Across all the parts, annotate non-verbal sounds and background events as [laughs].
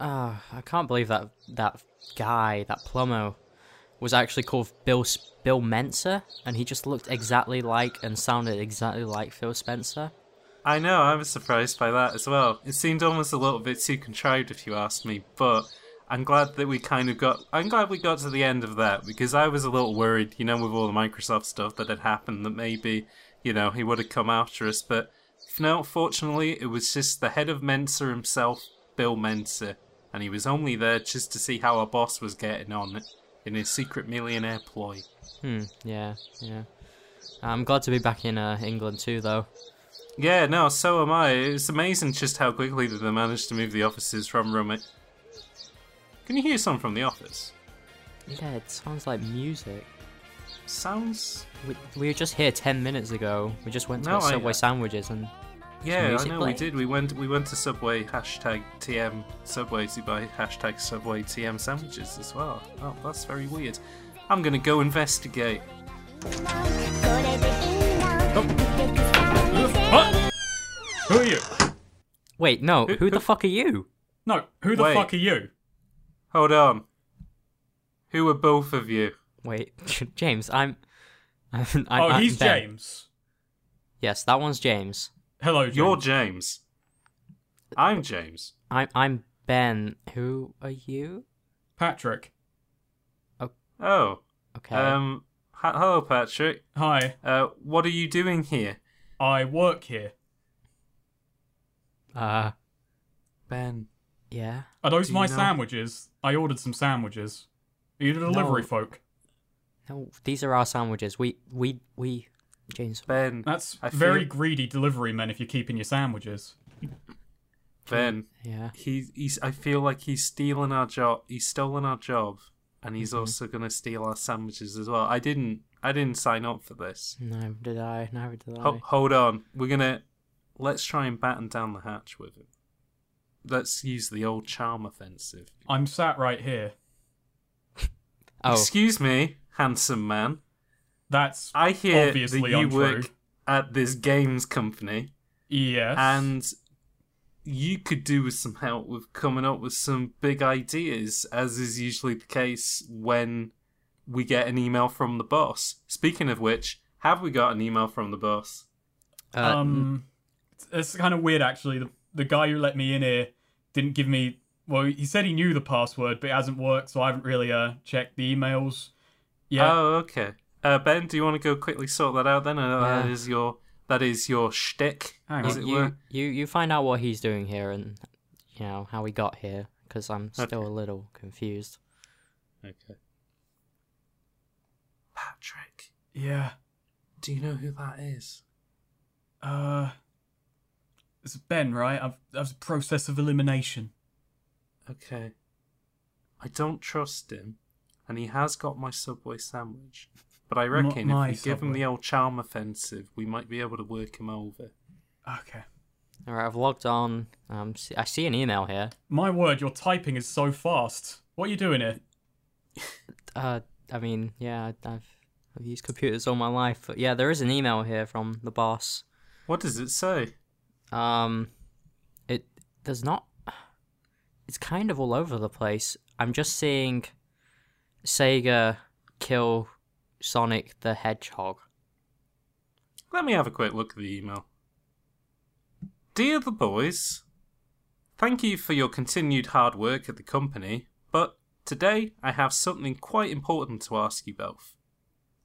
Ah, I can't believe that that guy, that plumber, was actually called Bill S- Bill Mensa, and he just looked exactly like and sounded exactly like Phil Spencer. I know, I was surprised by that as well. It seemed almost a little bit too contrived if you ask me, but I'm glad that we kind of got I'm glad we got to the end of that because I was a little worried, you know, with all the Microsoft stuff that had happened that maybe, you know, he would have come after us, but no, fortunately it was just the head of Mensa himself, Bill Mensa, and he was only there just to see how our boss was getting on in his secret millionaire ploy. Hmm. Yeah. Yeah. I'm glad to be back in uh, England too, though. Yeah, no, so am I. It's amazing just how quickly that they managed to move the offices from room. Can you hear some from the office? Yeah, it sounds like music. Sounds. We, we were just here ten minutes ago. We just went to No, get I- uh, Subway sandwiches, and Yeah, I music know we playing? did. We went we went to Subway hashtag TM Subway to buy hashtag Subway TM sandwiches as well. Oh, that's very weird. I'm gonna go investigate. の見てくさ見せる Who are you? wait, no, Who- who who- the fuck are you? No, who the Wait. fuck are you? Hold on. Who are both of you? Wait, [laughs] James, I'm. I'm, I'm oh, I'm he's Ben. James. Yes, that one's James. Hello, James. You're James. I'm James. I'm I'm Ben. Who are you? Patrick. Oh. Okay. Um h- hello Patrick. Hi. Uh what are you doing here? I work here. uh. Ben. Yeah. Are those Do you my know- sandwiches? I ordered some sandwiches. Are you the delivery folk? No, these are our sandwiches. We we we. James, Ben. That's I feel- very greedy delivery men if you're keeping your sandwiches. Ben. yeah. he, he's I feel like he's stealing our job. He's stolen our job, and he's Mm-hmm. also gonna steal our sandwiches as well. I didn't. I didn't sign up for this. Neither did I. Neither did I. Oh, Ho- hold on. We're gonna let's try and batten down the hatch with him. Let's use the old charm offensive. I'm sat right here. oh, Excuse me, handsome man. That's I hear that obviously you untrue. work at this games company, Yes. and you could do with some help with coming up with some big ideas, as is usually the case when we get an email from the boss. Speaking of which, have we got an email from the boss? uh, um, it's- it's kind of weird actually. The, the guy who let me in here didn't give me. Well, he said he knew the password, but it hasn't worked, so I haven't really uh checked the emails. Yeah. Oh, okay. Uh, ben, do you want to go quickly sort that out then? Uh, That Yeah. is your that is your shtick, Hang as on. it you, were. you you find out what he's doing here and you know how he got here because I'm still a little confused. Okay. Patrick, yeah. do you know who that is? Uh, it's Ben, right? I've that's a process of elimination. Okay. I don't trust him, and he has got my Subway sandwich. But I reckon my if we give him Subway. the old charm offensive, we might be able to work him over. Okay. All right, I've logged on. Um, see, I see an email here. My word, your typing is so fast. What are you doing here? Uh, I mean, yeah, I've I've used computers all my life, but yeah, there is an email here from the boss. What does it say? Um, it there's not. It's kind of all over the place. I'm just seeing Sega kill Sonic the Hedgehog. Let me have a quick look at the email. Dear the boys, thank you for your continued hard work at the company, but today I have something quite important to ask you both.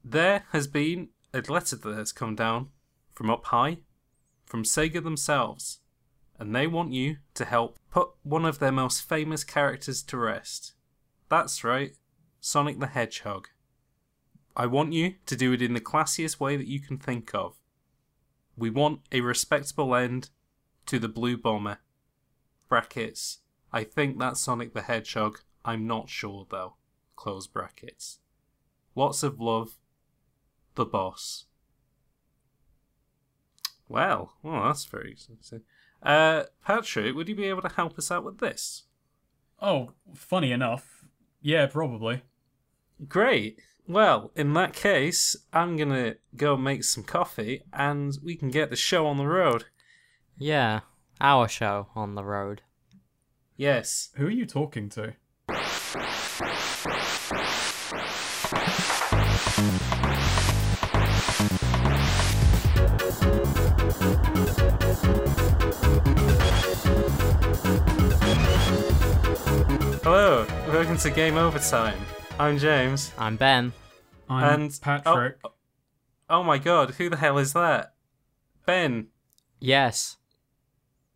There has been a letter that has come down from up high, from Sega themselves, and they want you to help put one of their most famous characters to rest. That's right, Sonic the Hedgehog. I want you to do it in the classiest way that you can think of. We want a respectable end to the Blue Bomber. Brackets. I think that's Sonic the Hedgehog. I'm not sure though. Close brackets. Lots of love. The boss. Well, well, that's very exciting. Uh, Patrick, would you be able to help us out with this? Oh, funny enough. Yeah, probably. Great. Well, in that case, I'm gonna go make some coffee, and we can get the show on the road. Yeah, our show on the road. Yes. Who are you talking to? Hello. Welcome to Game Overtime. I'm James. I'm Ben. I'm And- Patrick. Oh my god, who the hell is that? Ben, Yes.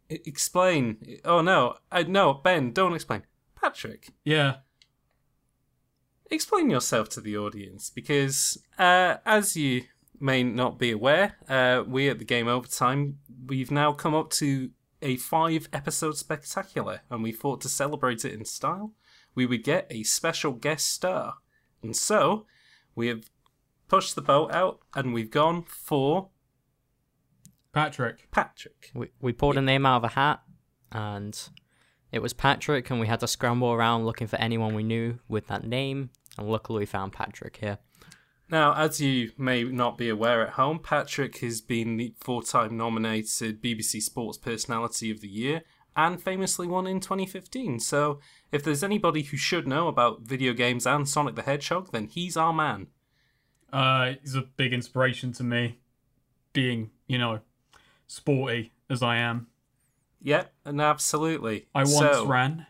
e- explain. Oh no, I, no, Ben, don't explain. Patrick, Yeah. explain yourself to the audience because, uh, as you may not be aware, uh, we at the Game Overtime, we've now come up to a five episode spectacular, and we thought to celebrate it in style, we would get a special guest star. And so, we have pushed the boat out and we've gone for Patrick. Patrick. We, we pulled a name out of a hat and it was Patrick, and we had to scramble around looking for anyone we knew with that name. And luckily, we found Patrick here. Now, as you may not be aware at home, Patrick has been the four time nominated BBC Sports Personality of the Year and famously won in 2015. So, if there's anybody who should know about video games and Sonic the Hedgehog, then he's our man. Uh, he's a big inspiration to me, being you know, sporty as I am. Yep, and absolutely. I once So- ran.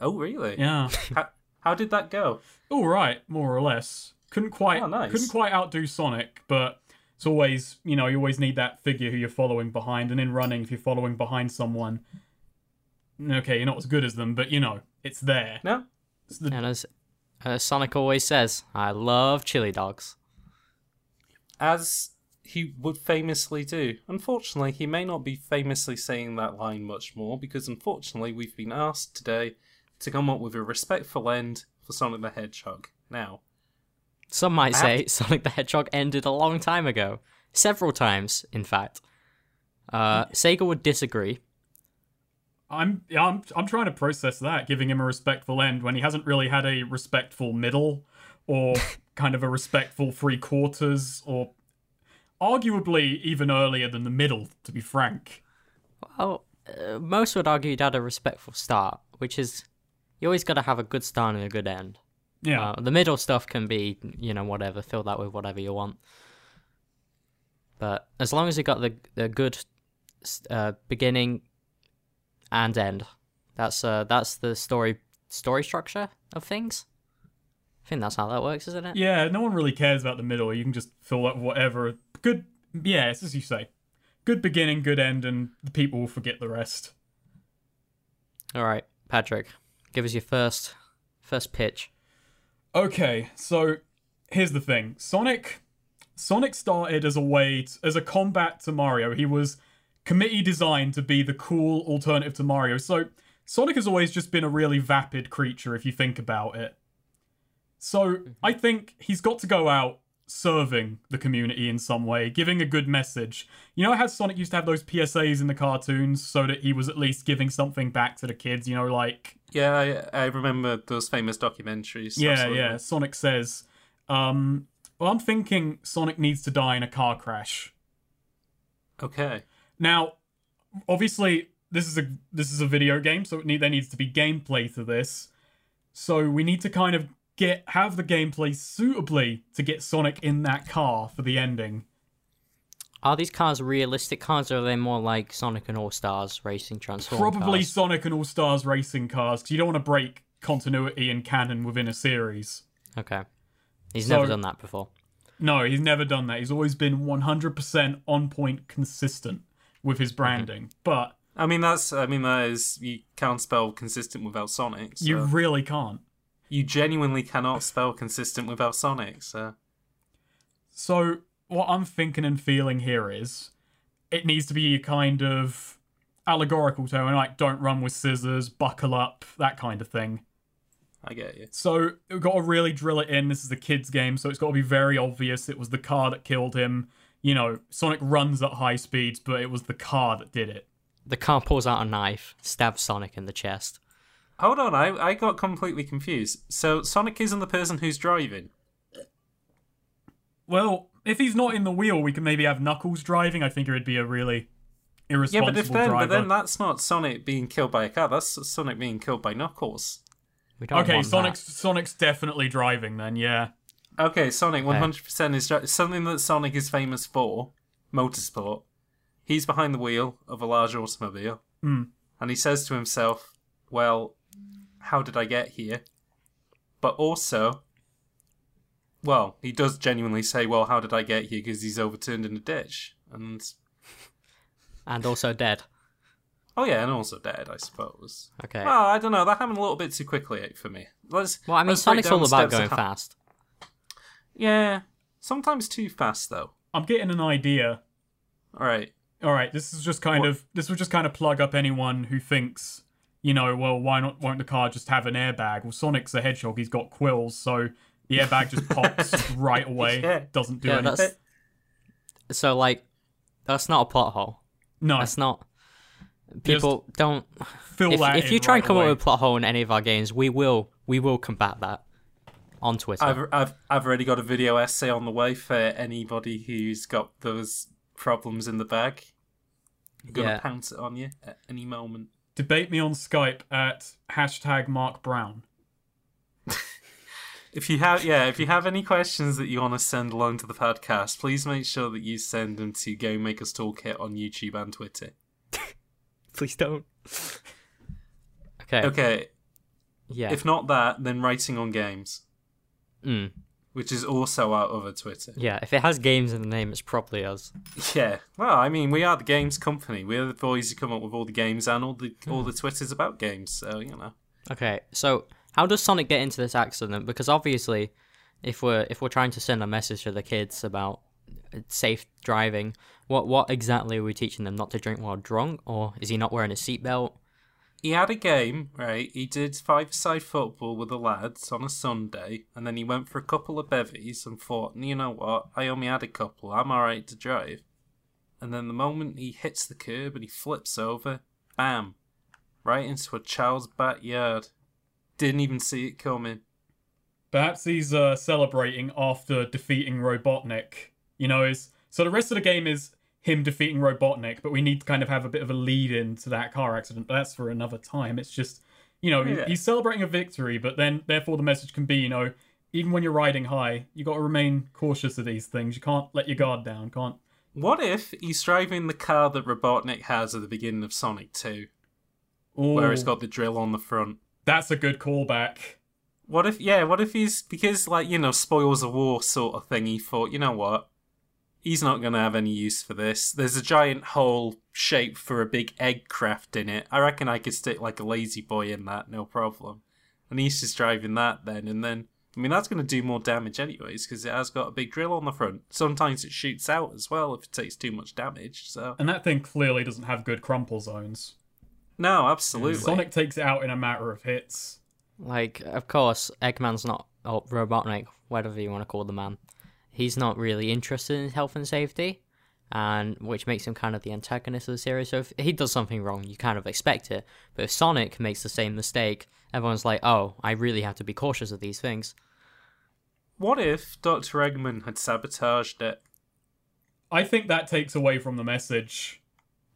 Oh, really? Yeah. How, how did that go? all right, more or less. Couldn't quite Oh, nice. couldn't quite outdo Sonic, but it's always you know you always need that figure who you're following behind, and in running, if you're following behind someone, okay, you're not as good as them, but you know it's there. No? It's the- And as uh, Sonic always says, I love chili dogs. As he would famously do. Unfortunately, he may not be famously saying that line much more because, unfortunately, we've been asked today to come up with a respectful end for Sonic the Hedgehog. Now, Some might I have say Sonic the Hedgehog ended a long time ago. Several times, in fact. Uh, Sega would disagree. I'm I'm I'm trying to process that, giving him a respectful end when he hasn't really had a respectful middle, [laughs] or kind of a respectful three quarters, or arguably even earlier than the middle, to be frank. Well, uh, most would argue he'd had a respectful start, which is you always got to have a good start and a good end. Yeah. Uh, the middle stuff can be, you know, whatever. Fill that with whatever you want. But as long as you got the the good s- uh, beginning and end, that's uh, that's the story story structure of things. I think that's how that works, isn't it? Yeah, no one really cares about the middle. You can just fill up whatever. Good, yeah, it's as you say. Good beginning, good end, and the people will forget the rest. All right, Patrick, give us your first first pitch. Okay, so here's the thing: Sonic, Sonic started as a way t- as a combat to Mario. He was committee designed to be the cool alternative to Mario. So Sonic has always just been a really vapid creature if you think about it. So I think he's got to go out serving the community in some way, giving a good message. You know how Sonic used to have those PSAs in the cartoons so that he was at least giving something back to the kids, you know, like yeah, I, I remember those famous documentaries. yeah, absolutely. yeah. Sonic says, um, "Well, I'm thinking Sonic needs to die in a car crash." Okay. Now, obviously, this is a this is a video game, so it need, there needs to be gameplay to this. So we need to kind of get have the gameplay suitably to get Sonic in that car for the ending. Are these cars realistic cars, or are they more like Sonic and All Stars racing transformers? Probably Sonic and All Stars racing cars, because you don't want to break continuity and canon within a series. Okay, he's So- never done that before. No, he's never done that. He's always been 100% on point consistent with his branding. But I mean, that's. I mean, that is. You can't spell consistent without Sonic. So you you, really can't. genuinely cannot spell consistent without Sonic. So. So, what I'm thinking and feeling here is it needs to be a kind of allegorical tone, like don't run with scissors, buckle up, that kind of thing. I get you. So we've got to really drill it in. This is a kid's game, so it's got to be very obvious it was the car that killed him. You know, Sonic runs at high speeds, but it was the car that did it. The car pulls out a knife, stabs Sonic in the chest. Hold on, I, I got completely confused. So Sonic isn't the person who's driving. Well, if he's not in the wheel, we can maybe have Knuckles driving. I think it would be a really Yeah, irresponsible but if then, driver. but then that's not Sonic being killed by a car. That's Sonic being killed by Knuckles. We don't okay, want that. Sonic's Sonic's definitely driving then. Yeah. Okay, Sonic 100% is dri- something that Sonic is famous for motorsport. He's behind the wheel of a large automobile. And he says to himself, Well, how did I get here? But also, well, he does genuinely say, Well, how did I get here? Because he's overturned in a ditch. And, and also dead. oh yeah, and also dead, I suppose. Okay. Well, I don't know. That happened a little bit too quickly for me. Let's. Well, I mean, let's break Sonic's down all the about steps of going how- fast. Yeah, sometimes too fast though. I'm getting an idea. All right. All right, this is just kind of this will just kind of plug up anyone who thinks, you know, well, why not? Won't the car just have an airbag? Well, Sonic's a hedgehog. He's got quills, so the airbag just pops right away. Yeah. Doesn't do Yeah, anything. that's so like that's not a plot hole. No, That's not. People don't. fill If, that. if in you try right and come away. up with a plot hole in any of our games, we will we will combat that on Twitter. I've I've I've already got a video essay on the way for anybody who's got those problems in the bag. I'm gonna Yeah. pounce it on you at any moment. debate me on Skype at hashtag Mark Brown. If you have yeah, if you have any questions that you want to send along to the podcast, please make sure that you send them to Game Makers Toolkit on YouTube and Twitter. Please don't. [laughs] okay. Okay, Yeah. if not that, then writing on games, mm. which is also our other Twitter. Yeah. If it has games in the name, it's probably us. Yeah. Well, I mean, we are the games company. We're the boys who come up with all the games and all the all the twitters about games. So you know. Okay, so how does Sonic get into this accident? Because obviously, if we're if we're trying to send a message to the kids about uh, safe driving, what what exactly are we teaching them? Not to drink while drunk, or is he not wearing a seatbelt? he had a game, right? He did five side football with the lads on a Sunday, and then he went for a couple of bevies and thought, you know what? I only had a couple. I'm all right to drive. And then the moment he hits the curb and he flips over, bam, right into a child's backyard. Didn't even see it coming. Perhaps he's uh, celebrating after defeating Robotnik. You know, is so the rest of the game is him defeating Robotnik, but we need to kind of have a bit of a lead in to that car accident. But that's for another time. It's just, you know, he- Yeah. he's celebrating a victory, but then therefore the message can be, you know, even when you're riding high, you got to remain cautious of these things. You can't let your guard down. Can't. What if he's driving the car that Robotnik has at the beginning of Sonic 2, Ooh, where it's got the drill on the front? oh, That's a good callback. What if, yeah, what if he's, because, like, you know, spoils of war sort of thing, he thought, you know what? He's not going to have any use for this. There's a giant hole shaped for a big egg craft in it. I reckon I could stick, like, a lazy boy in that, no problem. And he's just driving that then, and then, I mean, that's going to do more damage anyways, because it has got a big drill on the front. Sometimes it shoots out as well if it takes too much damage, so. And that thing clearly doesn't have good crumple zones. No, absolutely. Sonic takes it out in a matter of hits. Like, of course, Eggman's not or Robotnik, whatever you want to call the man. He's not really interested in health and safety, and which makes him kind of the antagonist of the series. So if he does something wrong, you kind of expect it. But if Sonic makes the same mistake, everyone's like, "Oh, I really have to be cautious of these things." What if Dr. Eggman had sabotaged it? I think that takes away from the message.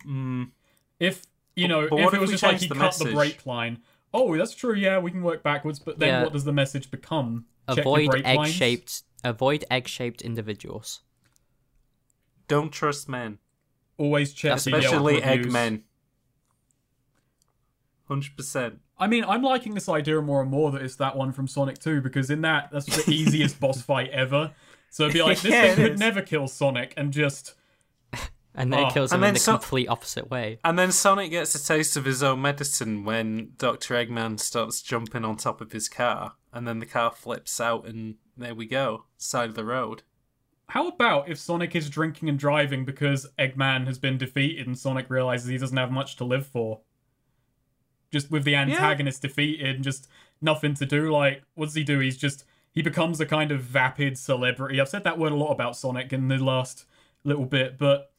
Mm, If But- you know, but if what it if was we just like change he the cut the message? brake line. Oh, that's true. Yeah, we can work backwards, but then Yeah. what does the message become? Check your Avoid brake lines? egg-shaped. Avoid egg-shaped individuals. don't trust men. Always check That's the Yelp Especially reviews. Eggmen. 100%. I mean, I'm liking this idea more and more that it's that one from Sonic 2 because in that, [laughs] that's the easiest boss fight ever. So it'd be like this Yeah, thing it could is. never kill Sonic and just And then Oh, it kills and him then in the so- complete opposite way. And then Sonic gets a taste of his own medicine when Dr. Eggman starts jumping on top of his car, and then the car flips out, and there we go, side of the road. How about if Sonic is drinking and driving because Eggman has been defeated and Sonic realizes he doesn't have much to live for? Just with the antagonist defeated and just nothing to do. Like, what does he do? He's just, he becomes a kind of vapid celebrity. I've said that word a lot about Sonic in the last little bit, but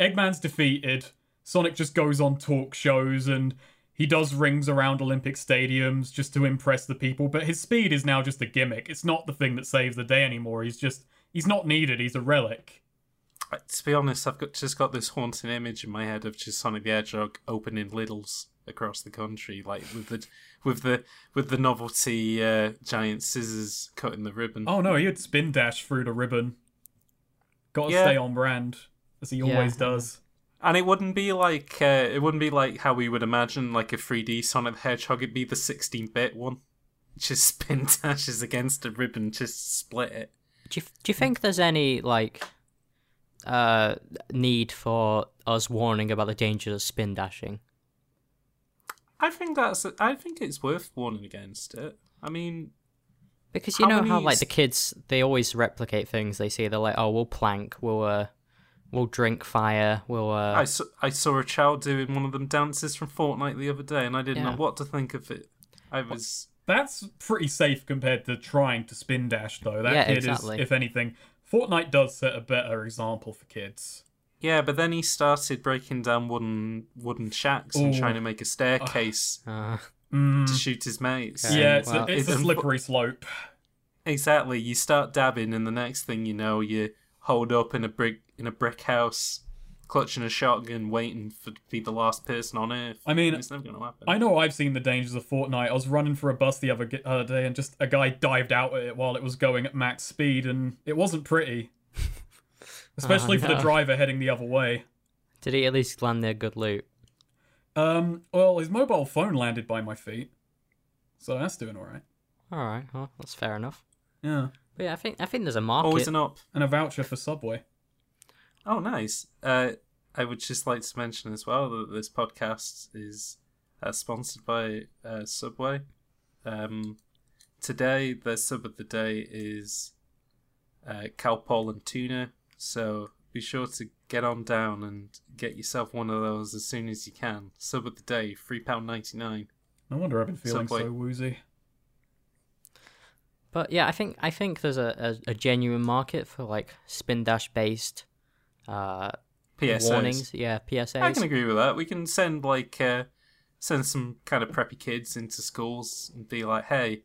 Eggman's defeated. Sonic just goes on talk shows and he does rings around Olympic stadiums just to impress the people, but his speed is now just a gimmick. It's not the thing that saves the day anymore. He's just he's not needed, he's a relic. I, Uh, to be honest, I've got just got this haunting image in my head of just Sonic the Hedgehog opening Lidl's across the country, like with the with the with the novelty uh, giant scissors cutting the ribbon. Oh no, he had spin dash through the ribbon. Gotta Yeah. stay on brand, as he always does. And it wouldn't be like uh, it wouldn't be like how we would imagine like a 3D Sonic the Hedgehog. It'd be the 16-bit one, [laughs] just spin [laughs] dashes against a ribbon, just split it. Do you, do you think there's any like uh need for us warning about the dangers of spin dashing? I think that's. I think it's worth warning against it. I mean, Because you How know how many like s- the kids they always replicate things they see. They're like, oh, we'll plank, we'll uh, we'll drink fire, we'll uh, I saw, I saw a child doing one of them dances from Fortnite the other day, and I didn't Yeah. know what to think of it. I was. That's pretty safe compared to trying to spin dash, though. That Yeah, kid exactly. is, if anything, Fortnite does set a better example for kids. Yeah, but then he started breaking down wooden wooden shacks and Ooh. trying to make a staircase uh, [laughs] Mm. to shoot his mates. Okay. Yeah, it's, Well, a, it's a it's- slippery slope. Exactly. You start dabbing, and the next thing you know, you hold up in a brick in a brick house, clutching a shotgun, waiting for to be the last person on Earth. I mean, it's never gonna happen. I know I've seen the dangers of Fortnite. I was running for a bus the other, other day, and just a guy dived out at it while it was going at max speed, and it wasn't pretty. Especially for the no. driver heading the other way. did he at least land their good loot? Um, well, his mobile phone landed by my feet, so that's doing all right. All right, well that's fair enough. Yeah, But yeah, I think I think there's a market. Always an up. and a voucher for Subway. Oh, nice. Uh, I would just like to mention as well that this podcast is uh, sponsored by uh, Subway. Um, today, the sub of the day is uh, Calpol and tuna. So be sure to get on down and get yourself one of those as soon as you can. Sub of the day, three pound ninety nine. No wonder I've been feeling Subway. so woozy. But yeah, I think I think there's a, a, a genuine market for like spin dash based uh, PSAs. warnings. Yeah, PSAs. I can agree with that. We can send like uh, send some kind of preppy kids into schools and be like, "Hey,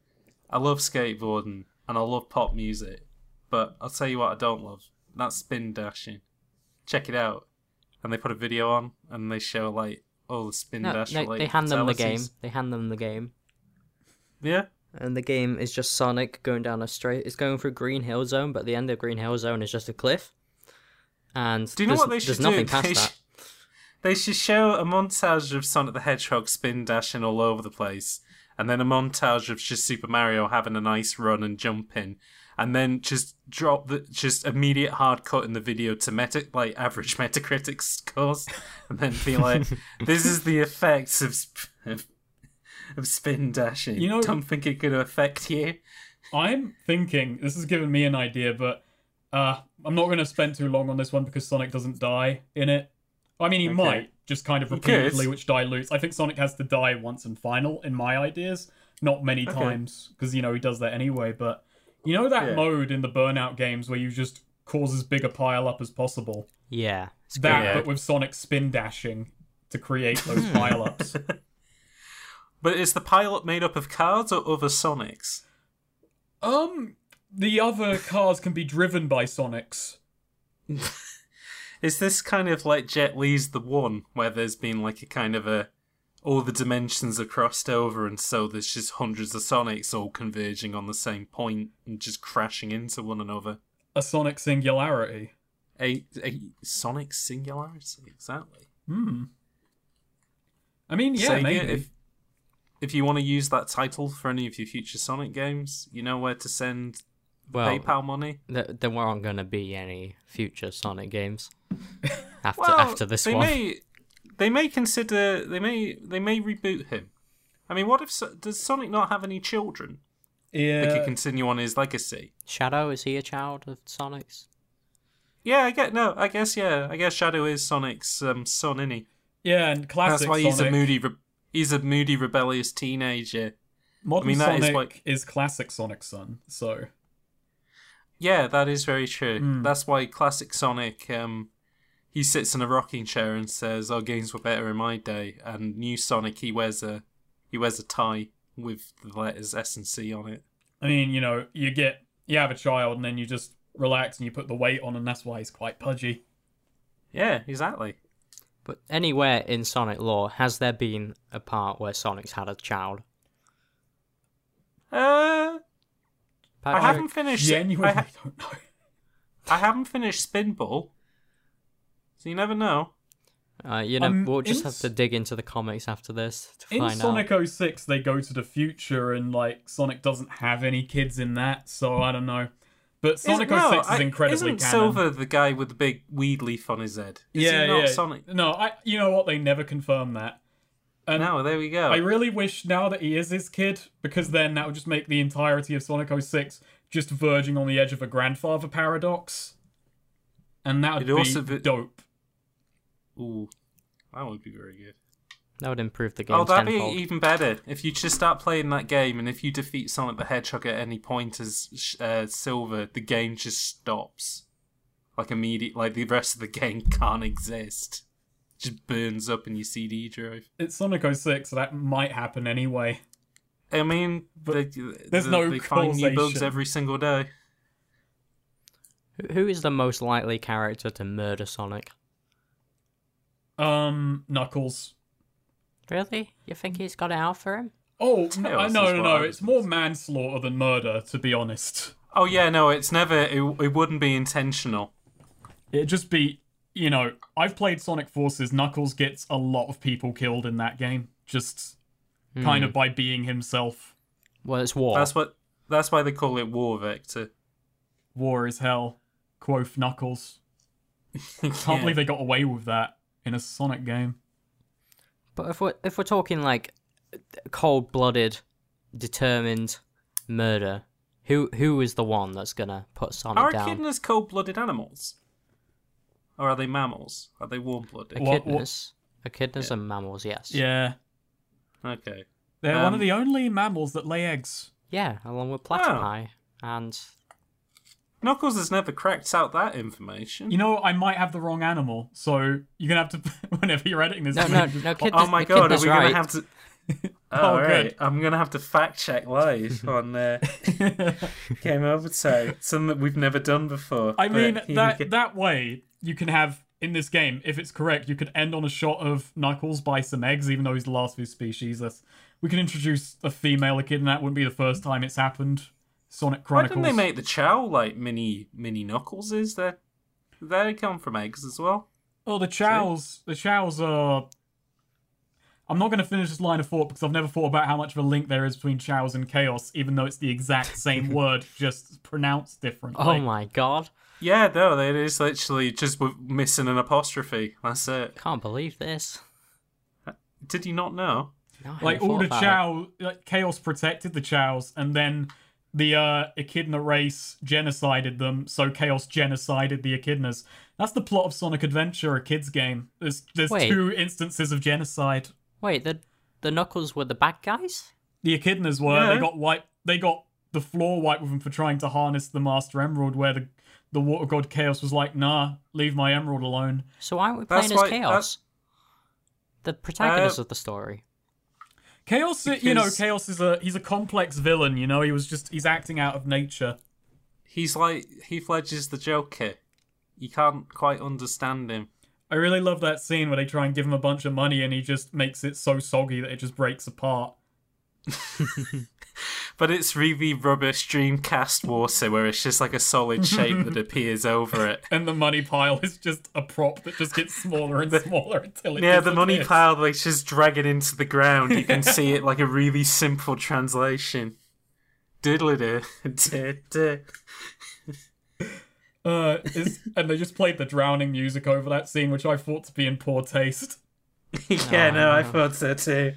I love skateboarding and I love pop music, but I'll tell you what I don't love. That's spin dashing. Check it out." And they put a video on and they show like all the spin no, dash. no, related they hand them the game. fatalities. They hand them the game. Yeah, And the game is just Sonic going down a straight. It's going through Green Hill Zone, but the end of Green Hill Zone is just a cliff. And Do you know there's, what they should there's do? nothing past they, that. Sh- they should show a montage of Sonic the Hedgehog spin dashing all over the place, and then a montage of just Super Mario having a nice run and jumping, and then just drop the just immediate hard cut in the video to meta like average [laughs] Metacritic scores, and then [laughs] be like, "This is the effects of." Sp- of of spin dashing. You You know- know, don't think it could affect you. I'm thinking this has given me an idea, but uh, I'm not going to spend too long on this one because Sonic doesn't die in it. I mean, he Okay. might just kind of He could. repeatedly, which dilutes. I think Sonic has to die once and final in my ideas, not many Okay. times because you know he does that anyway. But you know that Yeah. mode in the Burnout games where you just cause as big a pile up as possible. Yeah. It's That, Yeah. but with Sonic spin dashing [laughs] to create those pile ups. But is the pilot made up of cards or other Sonics? Um, the other cars can be driven by Sonics. Is this kind of like Jet Li's The One, where there's been like a kind of a. All the dimensions are crossed over, and so there's just hundreds of Sonics all converging on the same point and just crashing into one another. A Sonic singularity. A, a Sonic singularity, exactly. Hmm. I mean, yeah, Sega, maybe. if if you want to use that title for any of your future Sonic games, you know where to send well, PayPal money. Th- there weren't going to be any future Sonic [laughs] games after Well, after this they one. may they may consider they may they may reboot him. I mean, what if So- does Sonic not have any children? yeah, They could continue on his legacy. Shadow is he a child of Sonic's? Yeah, I get no. I guess yeah. I guess Shadow is Sonic's um, son, innit? yeah, and classic That's why Sonic. he's a moody, re- he's a moody, rebellious teenager. Modern I mean, that Sonic is is, like- classic Sonic's son. So Yeah, that is very true. Hmm. That's why classic Sonic. Um, he sits in a rocking chair and says, "Our games were better in my day." And new Sonic, he wears a he wears a tie with the letters S and C on it. I mean, you know, you get you have a child, and then you just relax and you put the weight on, and that's why he's quite pudgy. Yeah, exactly. But anywhere in Sonic lore, has there been a part where Sonic's had a child? Uh, I Patrick, haven't finished. Genuinely I, [laughs] ha- don't know. I haven't finished Spinball, so you never know. Uh, you know, Um, we'll just in have to s- dig into the comics after this to In find Sonic out. 06, they go to the future, and like Sonic doesn't have any kids in that, so I don't know. But Sonic Isn't- no, 06 I- is incredibly Isn't canon. Silver the guy with the big weed leaf on his head? Is yeah, he not yeah. Sonic? No, I. You know what? They never confirm that. And No, there we go. Um, I really wish now that he is his kid, because then that would just make the entirety of Sonic 06 just verging on the edge of a grandfather paradox, and that would It'd be also be- dope. Ooh, that would be very good. That would improve the game Oh, that'd tenfold. be even better if you just start playing that game, and if you defeat Sonic the Hedgehog at any point as uh, Silver, the game just stops. Like immediate, like the rest of the [laughs] game can't exist. Just burns up in your CD drive. It's Sonic 06, so that might happen anyway. I mean, But they, there's they, no they find new bugs causation. every single day. Who- Who is the most likely character to murder Sonic? Um, Knuckles. Really? You think he's got it out for him? Oh Tails no, no, is no! what no, I was It's more manslaughter than murder, to be honest. Oh yeah, no, it's never. It, it wouldn't be intentional. It'd just be, you know, I've played Sonic Forces. Knuckles gets a lot of people killed in that game, just kind Hmm. of by being himself. Well, it's war. That's what. That's why they call it war vector. War is hell, quoth [laughs] Knuckles. Can't Yeah. believe they got away with that in a Sonic game. But if we're if we're talking like cold blooded, determined murder, who who is the one that's gonna put Sonic Are down? echidnas cold-blooded animals, or are they mammals? Are they warm-blooded? What- what- Echidnas, echidnas and mammals. Yes. Yeah, Okay. they're one of Um, the only mammals that lay eggs. Yeah, along with platypi and Knuckles has never cracked out that information. You know, I might have the wrong animal, so you're gonna have to [laughs] whenever you're editing this. no you no just- no kid. oh my god, are we right. gonna have [laughs] to? oh, good. right. I'm gonna have to fact check live on [laughs] uh, Game Over Time, something that we've never done before. I But mean, here we go. that that way you can have in this game, if it's correct, you could end on a shot of Knuckles by some eggs, even though he's the last of his species. That's, we can introduce a female kid, and that wouldn't be the first time it's happened. Sonic Why Chronicles. didn't they make the Chow like mini mini Knuckles? Is there? They come from eggs as well. oh, the Chows. The Chows are. I'm not going to finish this line of thought because I've never thought about how much of a link there is between Chows and Chaos, even though it's the [laughs] exact same word, just pronounced differently. Oh my god! Yeah, no, it is literally just with missing an apostrophe. That's it. Can't believe this. Did you not know? No, I hadn't like all thought the about it. chow like chaos protected the chows and then the uh echidna race genocided them so chaos genocided the echidnas that's the plot of sonic adventure a kids game there's there's Wait. two instances of genocide Wait, the the knuckles were the bad guys. the echidnas were Yeah. they got wiped they got the floor wiped with them for trying to harness the master emerald where the the water god chaos was like nah leave my emerald alone So why aren't we That's playing why- as chaos? The protagonist Uh, of the story. chaos you know Because- chaos is a he's a complex villain you know he was just he's acting out of nature He's like Heath Ledger's the Joker. You can't quite understand him. I really love that scene where they try and give him a bunch of money and he just makes it so soggy that it just breaks apart. But it's really rubbish Dreamcast water where it's just like a solid shape [laughs] that appears over it. And the money pile [laughs] is just a prop that just gets smaller and smaller until it Yeah, the money disappears. pile like just dragging into the ground. You can see it like a really simple translation. [laughs] Diddly do. Uh, is, and they just played the drowning music over that scene, which I thought to be in poor taste. [laughs] Yeah, no, I thought so too.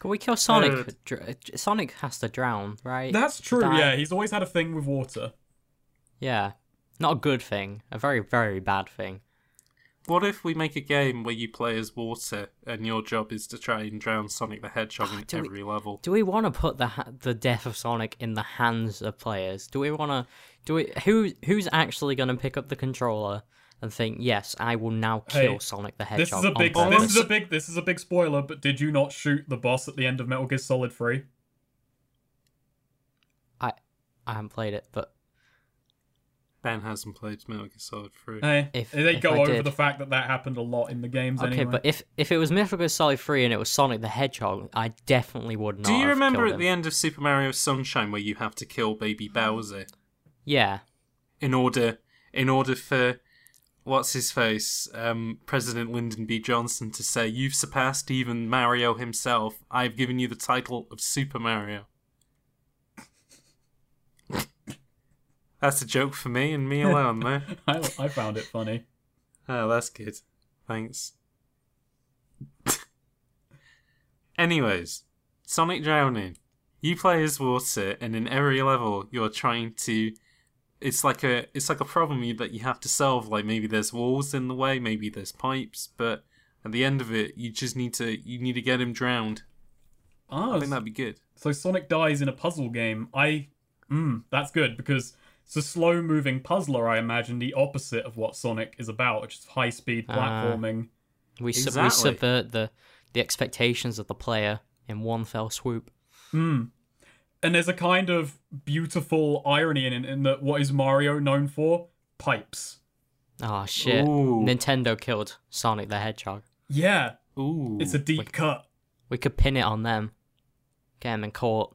Can we kill Uh, Sonic? Dr- Sonic has to drown, right? That's true. die. Yeah, he's always had a thing with water. Yeah. Not a good thing. A very, very bad thing. What if we make a game where you play as water and your job is to try and drown Sonic the Hedgehog at Ah, do we- every level? Do we want to put the ha- the death of Sonic in the hands of players? Do we want to? Do we? Who who's actually going to pick up the controller and think, yes, I will now kill Hey, Sonic the This Hedgehog? is a big. on This purpose? is a big. This is a big spoiler. But did you not shoot the boss at the end of Metal Gear Solid Three? I I haven't played it, but Ben hasn't played Metal Gear Solid 3. Hey, If- they if go I over did. the fact that that happened a lot in the games Okay, anyway. [laughs] but if if it was Metal Gear Solid 3 and it was Sonic the Hedgehog, I definitely would not. Do you have remember killed at him. the end of Super Mario Sunshine where you have to kill baby Bowser Yeah. in order in order for what's his face um, President Lyndon B Johnson to say you've surpassed even Mario himself. I've given you the title of Super Mario. [laughs] that's a joke for me and me alone, there. I, I found it [laughs] funny. Oh, that's good. Thanks. [laughs] Anyways, Sonic Drowning. You play as water, and in every level, you're trying to. It's like a it's like a problem you- that you have to solve. Like maybe there's walls in the way, maybe there's pipes, but at the end of it, you just need to you need to get him drowned. I Ah, think that'd be good. so Sonic dies in a puzzle game. I, mm, that's good because it's a slow-moving puzzler. I imagine the opposite of what Sonic is about, which is high-speed Ah. platforming. We, sub- we Exactly. subvert the, the expectations of the player in one fell swoop. and there's a kind of beautiful irony in it, in that what is Mario known for? Pipes. Oh, shit. Ooh. Nintendo killed Sonic the Hedgehog. Yeah, Ooh, it's a deep cut. We could pin it on them. Get him in court.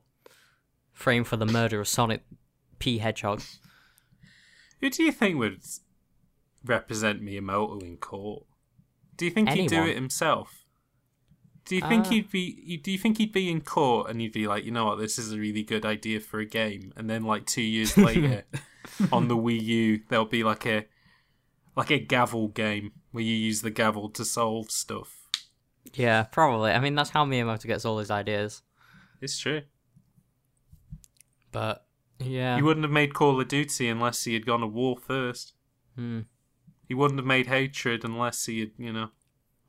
Frame for the murder of Sonic P. Hedgehog. who do you think would represent Miyamoto in court? Do you think he'd do Anyone. it himself? Do you think Uh. he'd be? you- Do you think he'd be in court and he'd be like, you know what, this is a really good idea for a game? And then like [laughs] two years later, on the Wii U, there'll be like a like a gavel game where you use the gavel to solve stuff. Yeah, probably. I mean, that's how Miyamoto gets all his ideas. It's true. But, yeah. He wouldn't have made Call of Duty unless he had gone to war first. Hmm. He wouldn't have made Hatred unless he had, you know.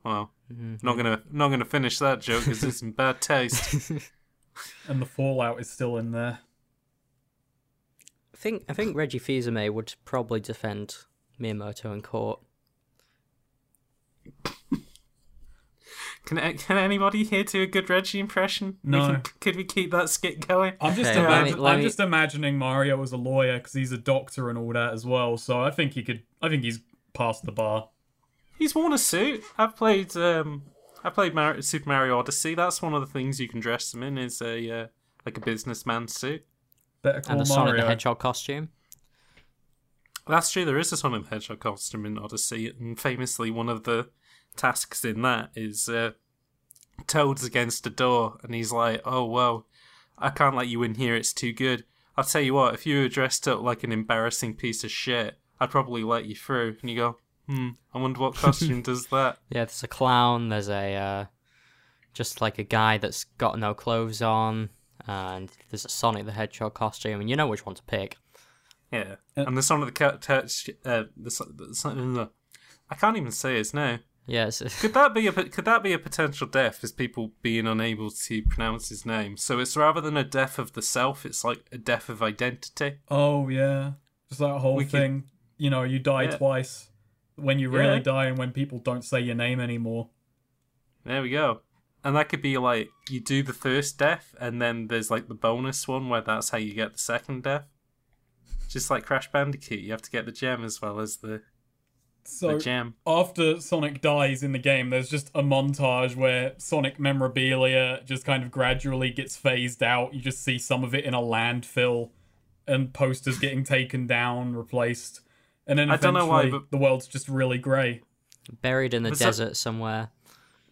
Well, Mm-hmm. not gonna not gonna finish that joke because [laughs] it's in bad taste. And the fallout is still in there. I think I think Reggie Fils-Aimé would probably defend Miyamoto in court. Can a- can anybody here do a good Reggie impression? We No. can- could we keep that skit going? I'm just, Okay, let imagin- me- let I'm me- just imagining Mario as a lawyer because he's a doctor and all that as well. So I think he could. I think he's past the bar. He's worn a suit. I've played um I played Mar- Super Mario Odyssey. That's one of the things you can dress him in is a uh, like a businessman suit. Better And call the Sonic Mario. the Hedgehog costume. That's true. There is a Sonic the Hedgehog costume in Odyssey, and famously, one of the tasks in that is uh, Toad's against a door, and he's like, "Oh well, I can't let you in here. It's too good. I'll tell you what. If you were dressed up like an embarrassing piece of shit, I'd probably let you through." And you go, "Hmm. I wonder what costume does that." Yeah, there's a clown. There's a uh, just like a guy that's got no clothes on, and there's a Sonic the Hedgehog costume, and you know which one to pick. Yeah. and the Sonic the Hedgehog. Uh, the, Son- the, Son- the, I can't even say his name. Yes, Could that be a could that be a potential death? Is people being unable to pronounce his name? So it's rather than a death of the self, it's like a death of identity. Oh yeah, just that whole We could- thing. You know, you die Yeah. twice when you really Yeah. die and when people don't say your name anymore. There we go. And that could be like you do the first death, and then there's like the bonus one where that's how you get the second death. Just like Crash Bandicoot, you have to get the gem as well as the, So the gem. after Sonic dies in the game, there's just a montage where Sonic memorabilia just kind of gradually gets phased out. You just see some of it in a landfill and posters getting taken down, replaced. And then I don't know why, eventually but- the world's just really grey. [laughs] buried in the There's a- desert somewhere.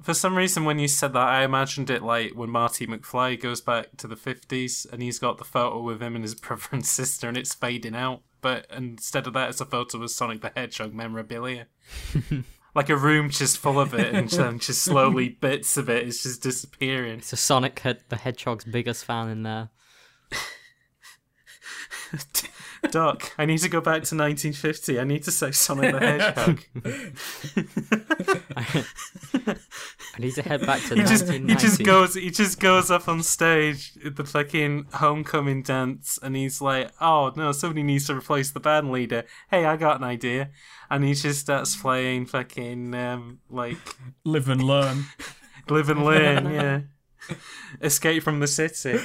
For some reason, when you said that, I imagined it like when Marty McFly goes back to the 50s and he's got the photo with him and his [laughs] brother and sister and it's fading out. But instead of that, it's a photo of Sonic the Hedgehog memorabilia. like a room just full of it and then just slowly bits of it is just disappearing. It's a Sonic Hed- the Hedgehog's biggest fan in there. Doc, I need to go back to 1950. I need to say Sonic the Hedgehog. I need to head back [laughs] to He just he 1990. just goes he just goes up on stage at the fucking homecoming dance and he's like, Oh no, somebody needs to replace the band leader. Hey, I got an idea. And he just starts playing fucking um like Live [laughs] and learn. Live and [laughs] Learn, yeah. Escape from the City.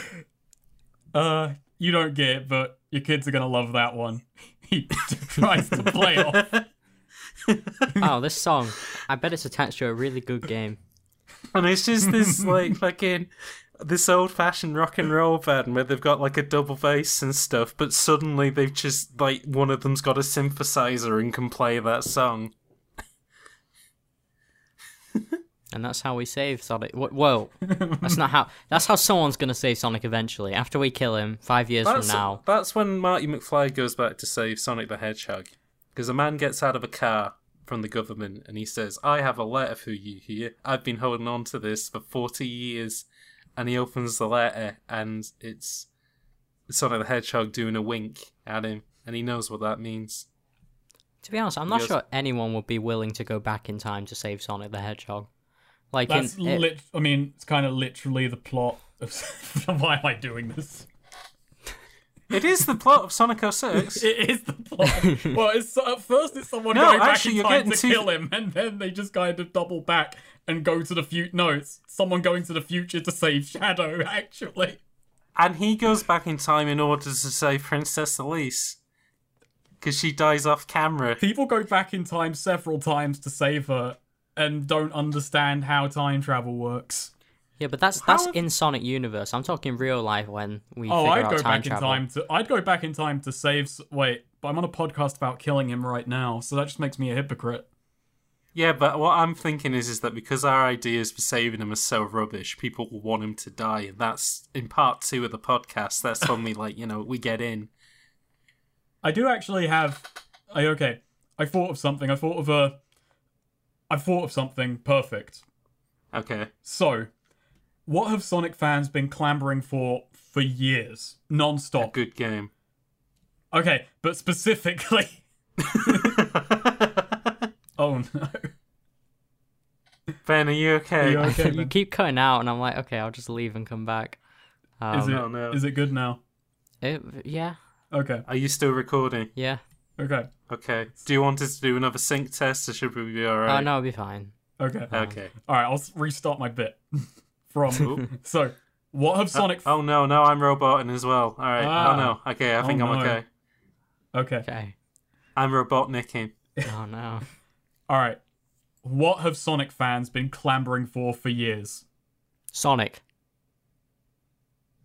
uh, you don't get it, but your kids are going to love that one. [laughs] he tries to play off. Oh, this song. I bet it's attached to a really good game. [laughs] And it's just this like fucking this old fashioned rock and roll band where they've got like a double bass and stuff, but suddenly they've just like one of them's got a synthesizer and can play that song. And that's how we save Sonic. Wh- Whoa, that's not how. That's how someone's gonna save Sonic eventually. After we kill him, five years That's from now. that's when Marty McFly goes back to save Sonic the Hedgehog because a man gets out of a car from the government and he says, "I have a letter for you here. I've been holding on to this for forty years." And he opens the letter and it's Sonic the Hedgehog doing a wink at him, and he knows what that means. To be honest, I'm not Yes. sure anyone would be willing to go back in time to save Sonic the Hedgehog. Like, in, That's it- lit. I mean, it's kind of literally the plot of [laughs] why am I doing this? It is the plot of Sonic [laughs] 06. It is the plot. [laughs] well, it's, at first it's someone No, going actually, you're back getting in time to too- kill him, and then they just kind of double back and go to the future. No, it's someone going to the future to save Shadow. [laughs] Actually, And he goes back in time in order to save Princess Elise. Because she dies off camera. people go back in time several times to save her, and don't understand how time travel works. yeah, but that's that's How- in Sonic universe. I'm talking real life when we Oh, figure I'd out go time back travel. in time to. I'd go back in time to save. s- Wait, but I'm on a podcast about killing him right now, so that just makes me a hypocrite. Yeah, but what I'm thinking is, is that because our ideas for saving him are so rubbish, people will want him to die. And that's in part two of the podcast. That's when [laughs] we, like, you know, we get in. I do actually have. I okay. I thought of something. I thought of a. I thought of something perfect. Okay. So, what have Sonic fans been clamoring for for years, non-stop? Good game. [laughs] Okay, but specifically. [laughs] oh no! Ben, are you okay? Are you [laughs] okay? you Ben? keep cutting out, and I'm like, okay, I'll just leave and come back. Um, Is it, Oh, no. is it good now? it- yeah, Okay. Are you still recording? yeah. Okay. Okay. Do you want us to do another sync test or should we be alright? Oh no, it'll be fine. Okay. [laughs] Okay. All right. I'll s- restart my bit. [laughs] From so, what have Sonic? Oh no, no, I'm roboting as well. Alright. Ah. Oh no. Okay, I Oh, think I'm no. okay. okay. Okay. I'm robotnicking. Oh no. [laughs] All right. What have Sonic fans been clamoring for for years? Sonic.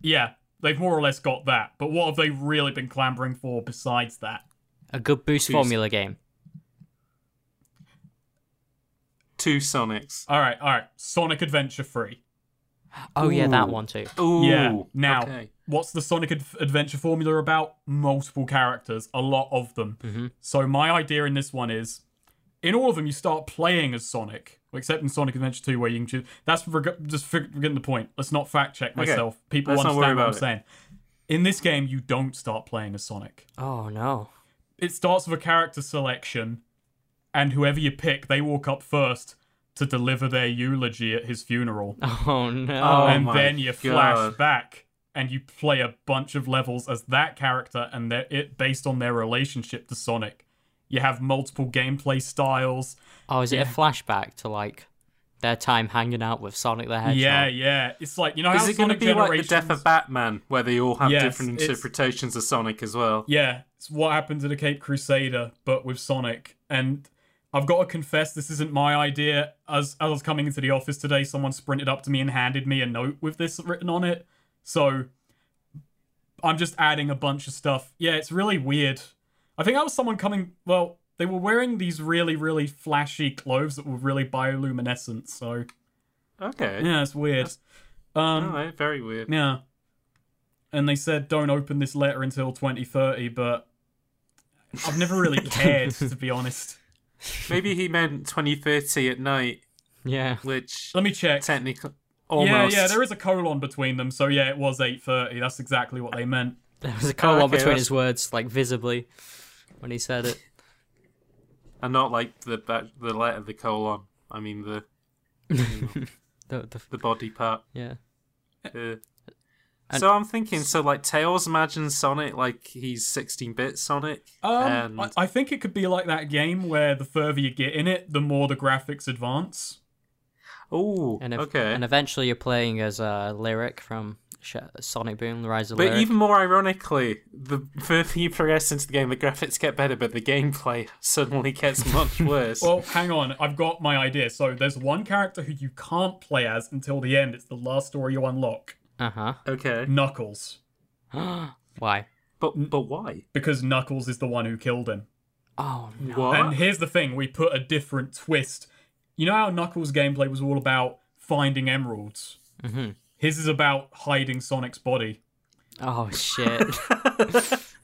Yeah, they've more or less got that. But what have they really been clamoring for besides that? A good boost Who's- formula game. Two Sonics. All right, all right. Sonic Adventure 3. Oh yeah, that Ooh. one too. Ooh. yeah. Now, Okay. what's the Sonic Ad- Adventure formula about? Multiple characters, a lot of them. Mm-hmm. Mhm. So my idea in this one is, in all of them, you start playing as Sonic, except in Sonic Adventure 2, where you can choose. That's reg- just for- forgetting the point. Let's not fact check myself. People Let's not worry understand what I'm about saying. In this game, you don't start playing as Sonic. Oh no. [laughs] it starts with a character selection, and whoever you pick, they walk up first to deliver their eulogy at his funeral. Oh no. Oh, and my then you flash God. back and you play a bunch of levels as that character and they're- it based on their relationship to Sonic. You have multiple gameplay styles. Oh, is it a flashback to like their time hanging out with Sonic the Hedgehog? Yeah, yeah. It's like you know Is how it going to Sonic be like the death Generations- of Batman, where they all have Yes, different it's- interpretations of Sonic as well? Yeah, it's what happened to the Cape Crusader, but with Sonic. And I've got to confess, this isn't my idea. As, as I was coming into the office today, someone sprinted up to me and handed me a note with this written on it. So I'm just adding a bunch of stuff. Yeah, it's really weird. I think that was someone coming. Well, they were wearing these really, really flashy clothes that were really bioluminescent. So Okay. yeah, it's weird. Um, Alright, very weird. yeah. And they said don't open this letter until 2030, but I've never [laughs] really cared, to be honest. Maybe he meant 2030 at night, Yeah. which Let me check. technically Yeah, almost. yeah, there is a colon between them, so yeah, it was 8:30. That's exactly what they meant. There was a colon Oh, okay, between that's- his words, like visibly, when he said [laughs] it. and not like the back, the letter, the colon. I mean the The, the, the body part. yeah. Uh, And- so I'm thinking, so like Tails imagines Sonic like he's 16-bit Sonic, Um, and I, I think it could be like that game where the further you get in it, the more the graphics advance. oh, And if, okay, And eventually you're playing as a lyric from Sh- Sonic Boom: The Rise of But Lyric. even more ironically, the further you progress into the game, the graphics get better, but the gameplay [laughs] suddenly gets much worse. Well, hang on. I've got my idea. So there's one character who you can't play as until the end. It's the last story you unlock. uh okay, Knuckles, huh. Uh-huh. [gasps] Why? but but why? because Knuckles is the one who killed him. Oh no. What? And here's the thing: we put a different twist. You know how Knuckles' gameplay was all about finding emeralds. Mm-hmm. Mhm. His is about hiding Sonic's body. Oh [laughs] shit. [laughs]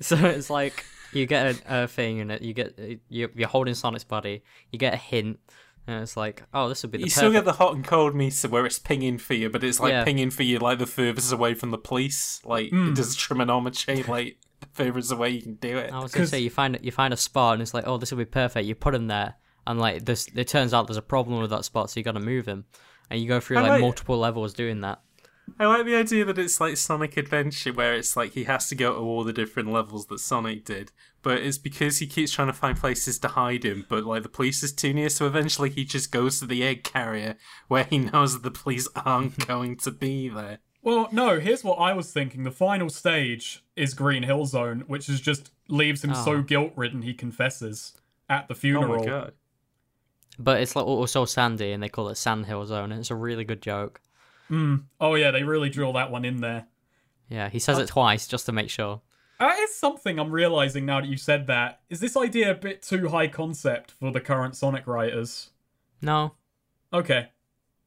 so it's like you get a, a thing and it, you get you, you're holding Sonic's body. You get a hint, and it's like, oh, this would be the you perfect. still get the hot and cold meter where it's pinging for you, but it's like Yeah. pinging for you like the furthest away from the police. Like it does trigonometry, like the furthest away you can do it. I was gonna 'Cause- say you find you find a spot and it's like, oh, this will be perfect. You put him there, and like this, it turns out there's a problem with that spot, so you gotta move him, and you go through I like like- multiple levels doing that. I like the idea that it's like Sonic Adventure, where it's like he has to go to all the different levels that Sonic did, but it's because he keeps trying to find places to hide him, but like the police is too near, so eventually he just goes to the egg carrier where he knows that the police aren't [laughs] going to be there. Well, no, here's what I was thinking. The final stage is Green Hill Zone, which is just leaves him so guilt ridden he confesses at the Oh funeral. my god. But it's like also sandy, and they call it Sand Hill Zone, and it's a really good joke. Mm. Oh, yeah, they really drill that one in there. Yeah, he says it twice just to make sure. That is something I'm realizing now that you said that. Is this idea a bit too high concept for the current Sonic writers? No, Okay.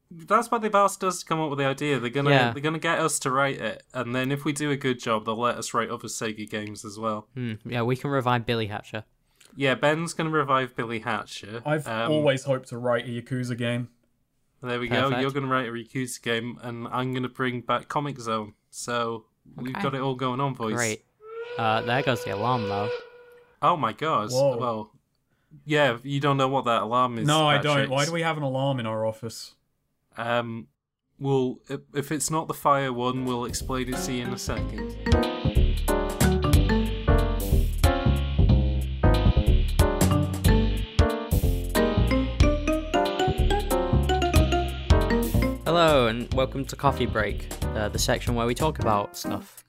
That's why they've asked us to come up with the idea. They're gonna Yeah. they're gonna get us to write it, and then if we do a good job, they'll let us write other Sega games as well. Hmm, yeah, we can revive Billy Hatcher. Yeah, Ben's gonna revive Billy Hatcher. I've Um, always hoped to write a Yakuza game. There we go. Perfect. You're going to write a Yakuza game, and I'm going to bring back Comic Zone. So we've Okay. got it all going on, boys. Great. Uh, there goes the alarm though. Oh my gosh. Whoa. Well, yeah, you don't know what that alarm is. No, I don't. Why do Patrick. we have an alarm in our office? Um, we'll if- if it's not the fire one, we'll explain it to you in a second. Hello and welcome to Coffee Break, uh, the section where we talk about stuff.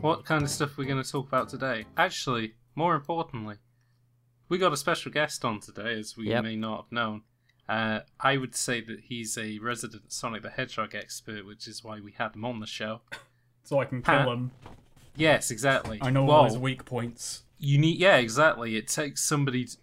What kind of stuff we're going to talk about today? Actually, more importantly, we got a special guest on today, as we Yep. may not have known. Uh, I would say that he's a resident Sonic the Hedgehog expert, which is why we had him on the show. So I can Huh? kill him. Yes, exactly. I know all well, his weak points. you need. Yeah, exactly. It takes somebody. t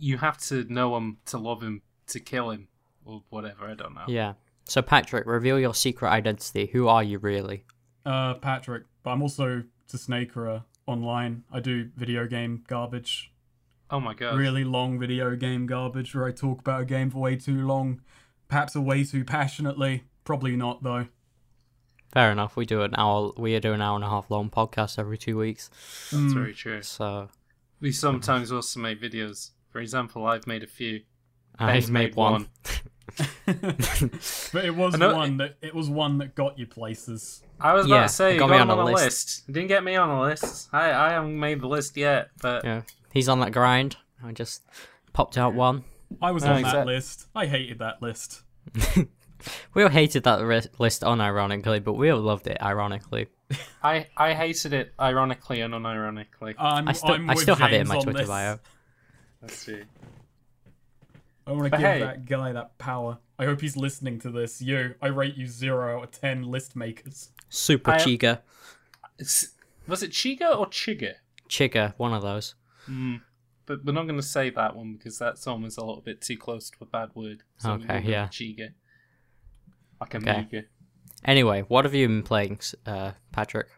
you have to know him to love him to kill him or whatever. I don't know. Yeah. So Patrick, reveal your secret identity. Who are you really? Uh, Patrick, but I'm also to Snakerer online. I do video game garbage. Oh my god. Really long video game garbage where I talk about a game for way too long, perhaps way too passionately. Probably not though. [laughs] Fair enough. We do an hour. We do an hour and a half long podcast every two weeks. That's very true. So We sometimes also make videos. For example, I've made a few. I've uh, made one. But it was I know- one that it was one that got you places. I was about Yeah, to say, it you got me on, a list. You didn't get me on a list. I, I haven't made the list yet, but Yeah. He's on that grind. I just popped out one. I was No, on that exact- list. I hated that list. We all hated that ri- list unironically, but we all loved it ironically. I, I hated it ironically and unironically. I'm, I still, I'm I with still have it in James my on Twitter this. bio. Let's see. I want to But give hey. that guy that power. I hope he's listening to this. You, I rate you zero out of ten list makers. Super I- Chiga. It's- was it Chiga or Chiga? Chiga, one of those. Mm. But we're not going to say that one because that's almost a little bit too close to a bad word. So we'll Okay, go with yeah. Chiga. Like a Okay. Muga. Anyway, what have you been playing, s- uh, Patrick?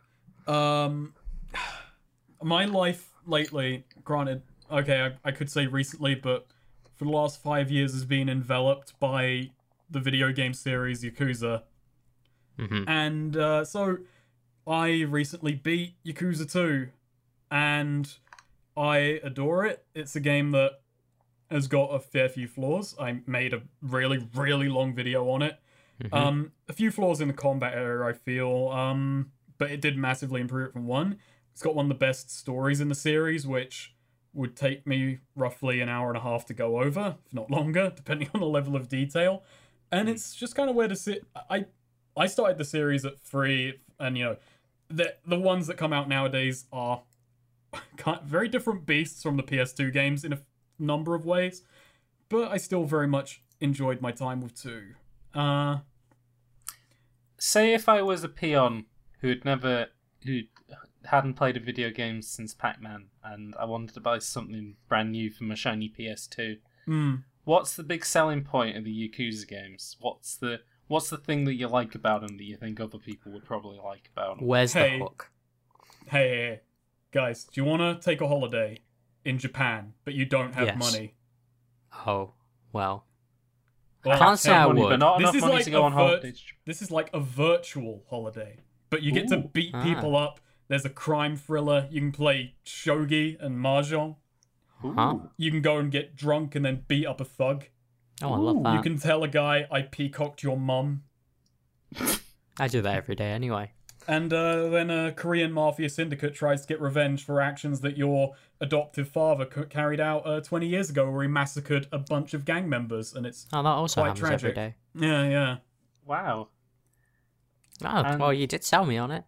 Um, [sighs] my life lately, granted, okay, I, I could say recently, but for the last five years has been enveloped by the video game series Yakuza. Mhm. And uh, so I recently beat Yakuza 2, and I adore it. It's a game that has got a fair few flaws. I made a really, really long video on it. mm-hmm. Um, a few flaws in the combat area, I feel, um, but it did massively improve it from one. It's got one of the best stories in the series, which would take me roughly an hour and a half to go [laughs] over, if not longer, depending on the level of detail. And it's just kind of where to sit. I I started the series at three, and you know, the the ones that come out nowadays are [laughs] kind- very different beasts from the PS2 games in a number of ways, but I still very much enjoyed my time with two. Uh, Say if I was a peon who had never who hadn't played a video game since Pac-Man, and I wanted to buy something brand new for my shiny PS2. hmm. What's the big selling point of the Yakuza games? What's the what's the thing that you like about them that you think other people would probably like about them? Where's Hey. the hook? hey, hey, hey, guys, do you want to take a holiday in Japan, but you don't have Yes. money? Oh, well. Well, Can't say I hey, money, would. but not This enough is money like to go a on holiday. first- This is like a virtual holiday, but you get to Ooh. beat Ah. people up. There's a crime thriller. You can play shogi and mahjong. Huh? Ooh. You can go and get drunk and then beat up a thug. Oh, I Ooh, love that. You can tell a guy I peacocked your mum. I do that every day anyway. And uh, then a Korean mafia syndicate tries to get revenge for actions that your adoptive father c- carried out uh, 20 years ago, where he massacred a bunch of gang members. And it's Oh, that also Quite happens every tragic. day. yeah, yeah. Wow. Oh, And- well, you did sell me on it.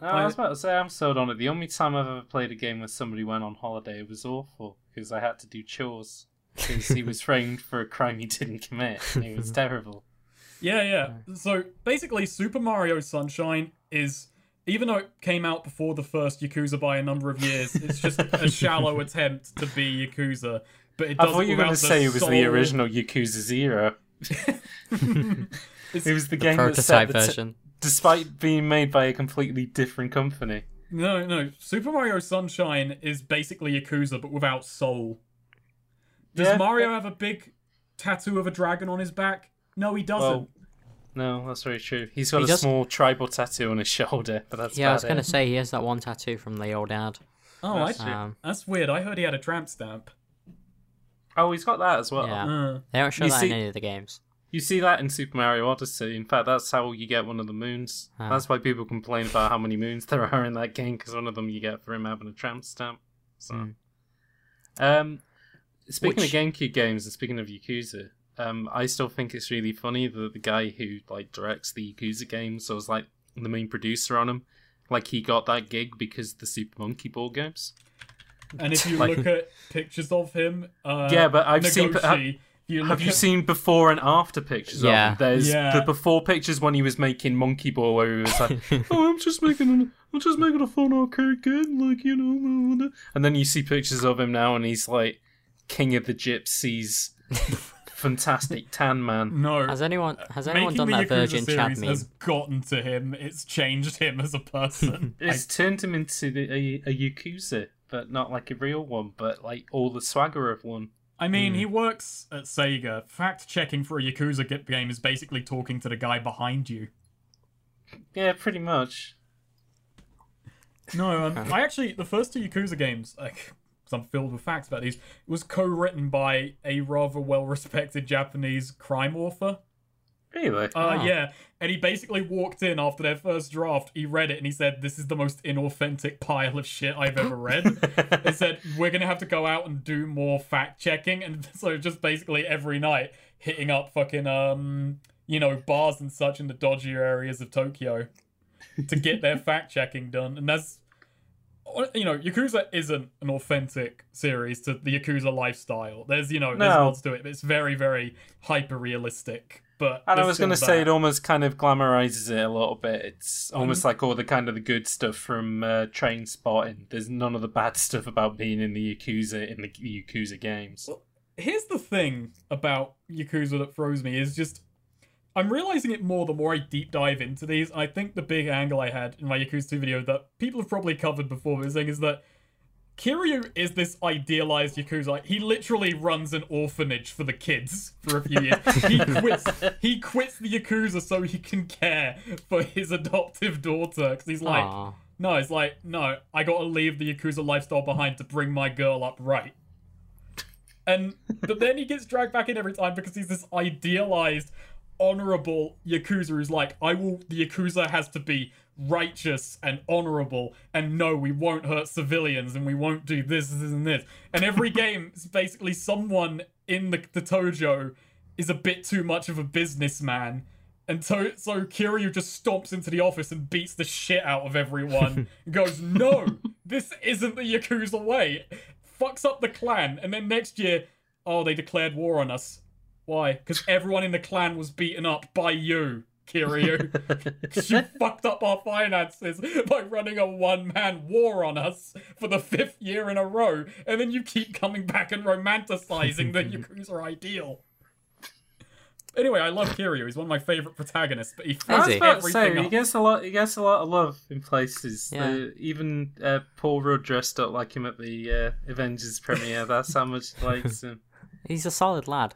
No, Uh, I was about to say I'm sold on it. The only time I've ever played a game where somebody went on holiday was awful because I had to do chores because he was framed for a crime he didn't commit. [laughs] And it was terrible. Yeah, yeah. So basically, Super Mario Sunshine is, even though it came out before the first Yakuza by a number of [laughs] years, it's just a shallow attempt to be Yakuza. But it I does thought you were without going to the say it was the soul- original Yakuza [laughs] Zero. it was The the, game prototype that set the t- version. despite being made by a completely different company. No, no. Super Mario Sunshine is basically Yakuza, but without soul. Does Yeah. Mario have a big tattoo of a dragon on his back? No, he doesn't. Well, no, that's very true. He's got He a does- small tribal tattoo on his shoulder, but that's yeah, I was about going it. to say he has that one tattoo from the old ad. oh, I, that's true. Um, that's weird. I heard he had a tramp stamp. Oh, he's got that as well. yeah. Uh, They don't show You that in see- any of the games. You see that in Super Mario Odyssey. In fact, that's how you get one of the moons. Ah. That's why people complain about how many moons there are in that game because one of them you get for him having a tramp stamp. So, Hmm. um, speaking Which- of GameCube games and speaking of Yakuza, um, I still think it's really funny that the guy who like directs the Yakuza games, so was like the main producer on them, like he got that gig because of the Super Monkey Ball games. and if [laughs] you Like- look at pictures of him, uh, Yeah, but I've seen- Nagoshi, if you Have look you at- seen before and after pictures Yeah. of him? There's Yeah. the before pictures when he was making Monkey Ball, where he was like, "Oh, I'm just making, an, I'm just making a fun arcade game, like you know." blah, blah, blah." And then you see pictures of him now, and he's like King of the Gypsies, fantastic tan man. No. Has anyone has anyone Making done the that Yakuza Virgin Chad series meme? has gotten to him. It's changed him as [laughs] a person. It's turned him into the, a, a yakuza, but not like a real one, but like all the swagger of one. I mean, Hmm. he works at Sega. Fact checking for a Yakuza ge- game is basically talking to the guy behind you. Yeah, pretty much. No, um, I actually the first two Yakuza games, like, 'cause I'm filled with facts about these, was co-written by a rather well-respected Japanese crime author. Really? Uh, Ah. yeah, and he basically walked in after their first draft. He read it and he said, "This is the most inauthentic pile of shit I've [laughs] ever read." [laughs] It said, "We're gonna have to go out and do more fact checking," and [laughs] so just basically every night hitting up fucking um, you know, bars and such in the dodgier areas of Tokyo to [laughs] get their fact checking done, and that's. uh, You know, Yakuza isn't an authentic series to the Yakuza lifestyle. There's, you know, there's No. lots to it. but It's very, very hyper realistic. But And I there's was going to still say that. it almost kind of glamorizes it a little bit. It's almost like all the kind of the good stuff from uh, Train Spotting. There's none of the bad [laughs] stuff about being in the Yakuza in the Yakuza games. [laughs] here's the thing about Yakuza that throws me is just I'm realizing it more the more I deep dive into these. I think the big angle I had in my Yakuza 2 video that people have probably covered before but the thing is that Kiryu is this idealized Yakuza. Like, He literally runs an orphanage for the kids for a few years. he quits he quits the Yakuza so he can care for his adoptive daughter. Because he's like, Aw. no, it's like, no, I gotta leave the Yakuza lifestyle behind to bring my girl up right. And but then he gets dragged back in every time because he's this idealized, honorable Yakuza who's like, I will the Yakuza has to be righteous and honorable, and no, we won't hurt civilians and we won't do this, this, and this. And every game is basically someone in the, the Tojo is a bit too much of a businessman And so, so Kiryu just stomps into the office and beats the shit out of everyone. and goes, no, this isn't the Yakuza way. Fucks up the clan, and then next year, oh, they declared war on us. Why? Because everyone in the clan was beaten up by you, Kiryu. 'Cause you [laughs] fucked up our finances by running a one-man war on us for the fifth year in a row, and then you keep coming back and romanticizing the Yakuza ideal. Anyway, I love Kiryu. He's one of my favorite protagonists, but he I Is was fucks he? about to say everything he up. gets a lot. He gets a lot of love in places. Yeah. The- even uh, Paul Rudd dressed up like him at the uh, Avengers premiere. That's how much he likes him. He's a solid lad.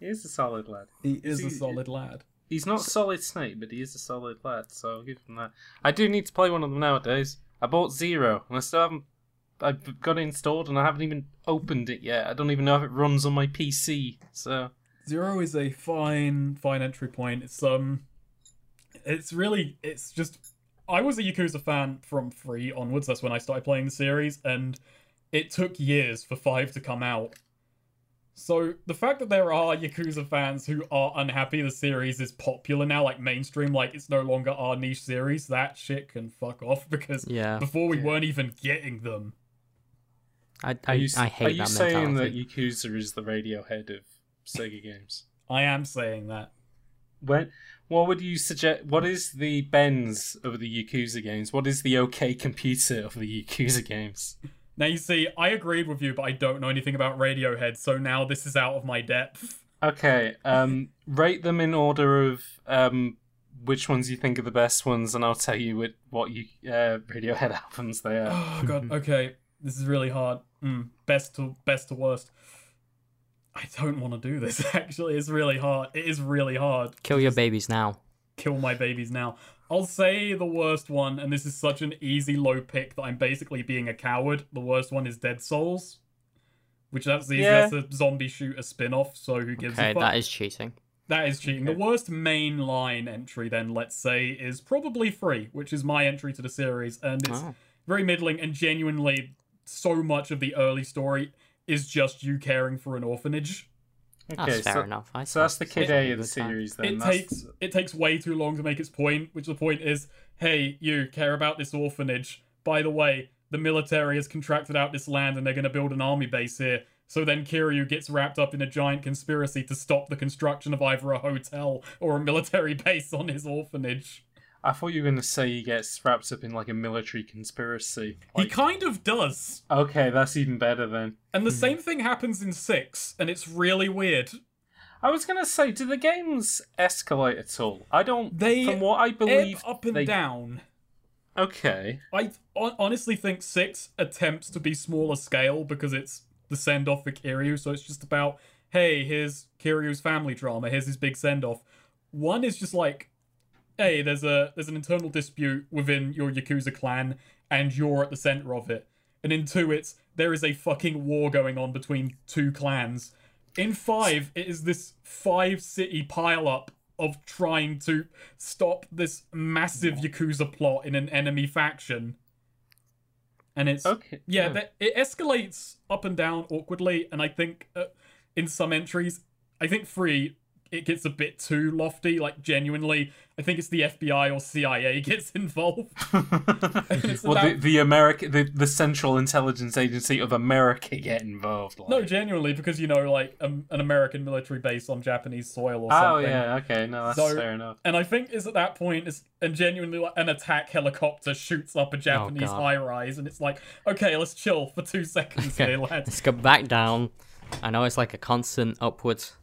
He is a solid lad. He is a See, solid lad. He's not solid Snake, but he is a solid lad. So I'll give him that. I do need to play one of them nowadays. I bought Zero, and I still haven't. I've got it installed, and I haven't even opened it yet. I don't even know if it runs on my PC. So Zero is a fine, fine entry point. It's um, it's really, it's just. I was a Yakuza fan from three onwards. That's when I started playing the series, and it took years for five to come out. So the fact that there are Yakuza fans who are unhappy the series is popular now, like mainstream, like it's no longer our niche series. That shit can fuck off [laughs] because Yeah. before we weren't even getting them. I I, I hate Are you that saying that mentality. Yakuza is the Radiohead of Sega games? I am saying that. When, what would you suggest? What is the Benz of the Yakuza games? What is the OK computer of the Yakuza games? Now you see, I agreed with you, but I don't know anything about Radiohead, so now this is out of my depth. Okay, um, rate them in order of um, which ones you think are the best ones, and I'll tell you what, what you, uh, Radiohead [laughs] albums they are. Oh god, okay, this is really hard. Mm, best to best to worst. I don't want to do this. [laughs] Actually, it's really hard. It is really hard. Kill your babies now. Kill my babies now. I'll say the worst one, and this is such an easy low pick that I'm basically being a coward. The worst one is Dead Souls, which that's easy. Yeah. That's a zombie shooter spin-off. So who gives Okay, a fuck? that is cheating. That is cheating. The worst main line entry, then, let's say, is probably free, which is my entry to the series, and it's Oh. very middling and genuinely so much of the early story is just you caring for an orphanage. That's Okay, fair so, enough. I so that's the suppose. kid A of the Good time. series. Then it that's, takes it takes way too long to make its point, which the point is, hey, you care about this orphanage. By the way, the military has contracted out this land and they're gonna build an army base here. So then Kiryu gets wrapped up in a giant conspiracy to stop the construction of either a hotel or a military [laughs] base on his orphanage. I thought you were gonna say he gets wrapped up in like a military conspiracy. he Like, kind of does. okay, that's even better then. And the same thing happens in six, and it's really weird. I was gonna say, do the games escalate at all? I don't. They from what I believe, Ebb up and they- down. Okay, I hon- honestly think six attempts to be smaller scale because it's the send off for Kiryu, so it's just about hey, here's Kiryu's family drama, here's his big send off. One is just like, hey, there's a there's an internal dispute within your Yakuza clan, and you're at the center of it. And in two, it's there is a fucking war going on between two clans. In five, it is this five city pileup of trying to stop this massive Yakuza plot in an enemy faction. And it's okay, yeah, that it escalates up and down awkwardly, and I think uh, in some entries, I think three it gets a bit too lofty. Like genuinely, I think it's the FBI or CIA [laughs] gets involved. [laughs] And it's well, the, about- the America, the, the Central Intelligence Agency of America get involved. Like. no, genuinely, because you know, like um, an American military base on Japanese soil or oh something. yeah, okay, no, that's So- fair enough. And I think it's at that point, it's, and genuinely, like, an attack helicopter shoots up a Oh, Japanese God. high rise, and it's like, okay, let's chill for two [laughs] seconds Okay. here, lads. Let's go back down. I know it's like a constant upwards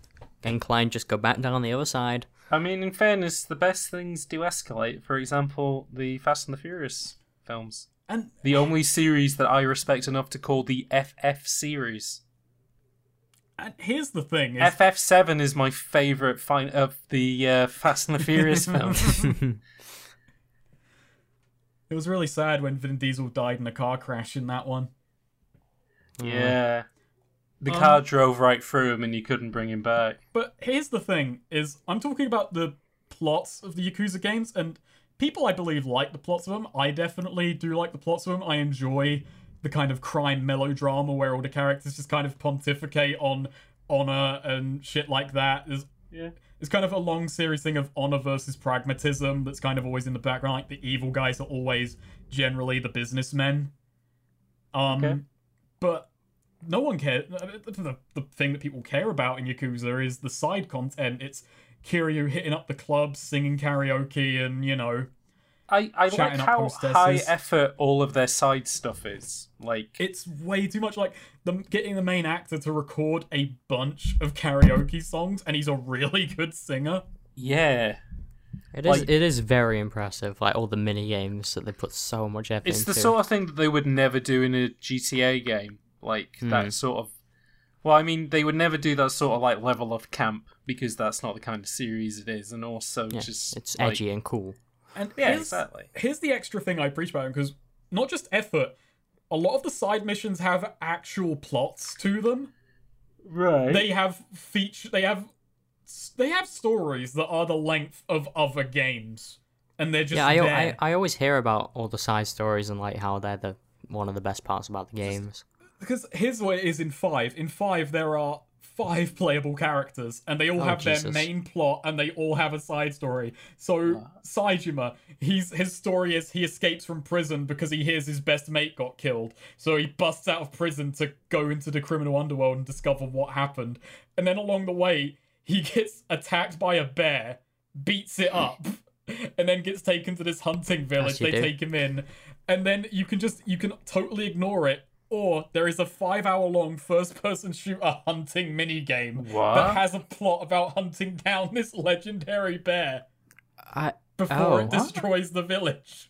incline. Just go back down the other [laughs] side. I mean, in fairness, the best things do escalate. For example, the Fast and the Furious films, And the only series that I respect enough to call the FF series. and here's the thing: is FF Seven is my favorite fin- of the uh, Fast and the [laughs] Furious films. Mm. It was really sad when Vin Diesel died in a car crash in that one. Yeah. The Um, car drove right through him and you couldn't bring him back. But here's the thing is I'm talking about the plots of the Yakuza games and people I believe like the plots of them. I definitely do like the plots of them. I enjoy the kind of crime melodrama where all the characters just kind of pontificate on honor and shit like that. There's Yeah. It's kind of a long series thing of honor versus pragmatism that's kind of always in the background. Like the evil guys are always generally the businessmen. Um, Okay. but no one cares. The, the thing that people care about in Yakuza is the side content. It's Kiryu hitting up the club, singing karaoke, and you know, I, I like Shouting up how hostesses. high effort all of their side stuff is. Like, it's way too much. Like the getting the main actor to record a bunch of karaoke songs, and he's a really [laughs] good singer. yeah. It is. Like- it is very impressive. Like all the mini games that they put so much effort It's into. the sort of thing that they would never do in a GTA game. Like, Hmm. that sort of. Well, I mean, they would never do that sort of, like, level of camp because that's not the kind of series it is. And also, yeah, just. it's like, edgy and cool. And Yeah, here's, exactly. Here's the extra thing I preach about him because not just effort. A lot of the side missions have actual plots to them. Right. They have feature. They have they have stories that are the length of other games, and they're just Yeah, I, there. I I always hear about all the side stories and like how they're the one of the best parts about the games. Because here's what it is in five. In five, there are five playable characters, and they all Oh, have their Jesus. main plot, and they all have a side story. So Saijima, he's his story is he escapes from prison because he hears his best mate got killed. So he busts out of prison to go into the criminal underworld and discover what happened. And then along the way, he gets attacked by a bear, beats it up. [laughs] And then gets taken to this hunting village. As you They do. take him in, and then you can just you can totally ignore it or there is a five hour long first person shooter hunting minigame What? that has a plot about hunting down this legendary bear I before Oh. it destroys the village.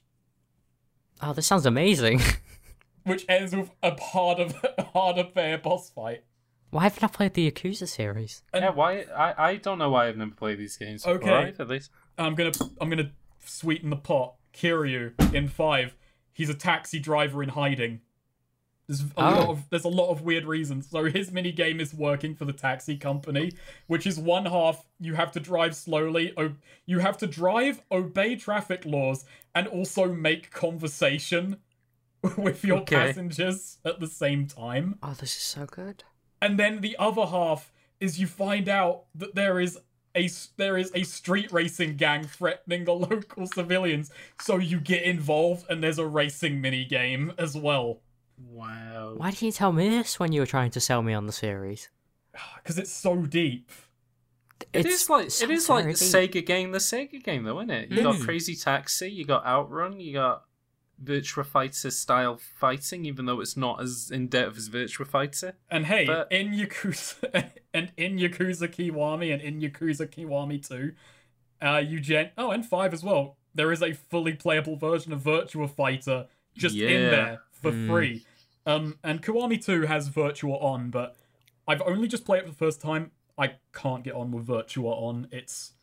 oh, this sounds amazing. [laughs] Which ends with a harder, [laughs] harder bear boss fight. Why haven't I played the Yakuza series? yeah, why? I, I don't know why I've never played these games before Okay. either. This- I'm gonna I'm gonna sweeten the pot. Kiryu in five, he's a taxi driver in hiding. There's a lot Oh. of there's a lot of weird reasons. So his mini game is working for the taxi company, which is one half you have to drive slowly, o- you have to drive, obey traffic laws, and also make conversation [laughs] with your Okay. passengers at the same time. Oh, this is so good. And then the other half is you find out that there is a there is a street racing gang threatening the [laughs] local civilians, so you get involved and there's a racing mini game as well. Wow. Why didn't you tell me this when you were trying to sell me on the series? Cuz it's so deep. It It's- is like it sounds Mm. is like the very deep. Sega game, the Sega game though, isn't it? You got Crazy Taxi, you got Outrun, you got Virtua Fighter style fighting, even though it's not as in depth as Virtua Fighter. And hey, But- in Yakuza [laughs] and in Yakuza Kiwami and in Yakuza Kiwami 2, uh you gen oh and 5 as well. There is a fully playable version of Virtua Fighter just in Yeah. there for Hmm. free. Um and Kiwami 2 has Virtua on, but I've only just played it for the first time. I can't get on with Virtua on. It's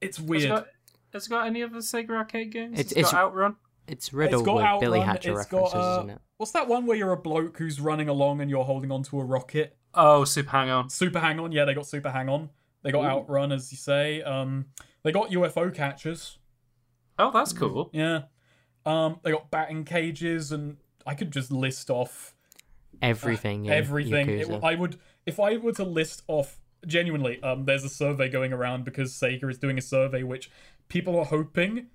it's Has it weird. got, has it got any other Sega arcade games? It's- It's, it's- got Outrun. It's riddled with Billy Hatcher it's references, uh, isn't it? What's that one where you're a bloke who's running along and you're holding onto a rocket? Oh, Super Hang On. Super Hang On, yeah, they got Super Hang On. They got Outrun, as you say. Um, they got UFO catchers, Oh, that's Mm. cool. yeah. Um, they got batting cages, and I could just list off Everything. in everything. It- Yakuza. I would, if I were to list off genuinely, um, there's a survey going around because Sega is doing a survey which people are hoping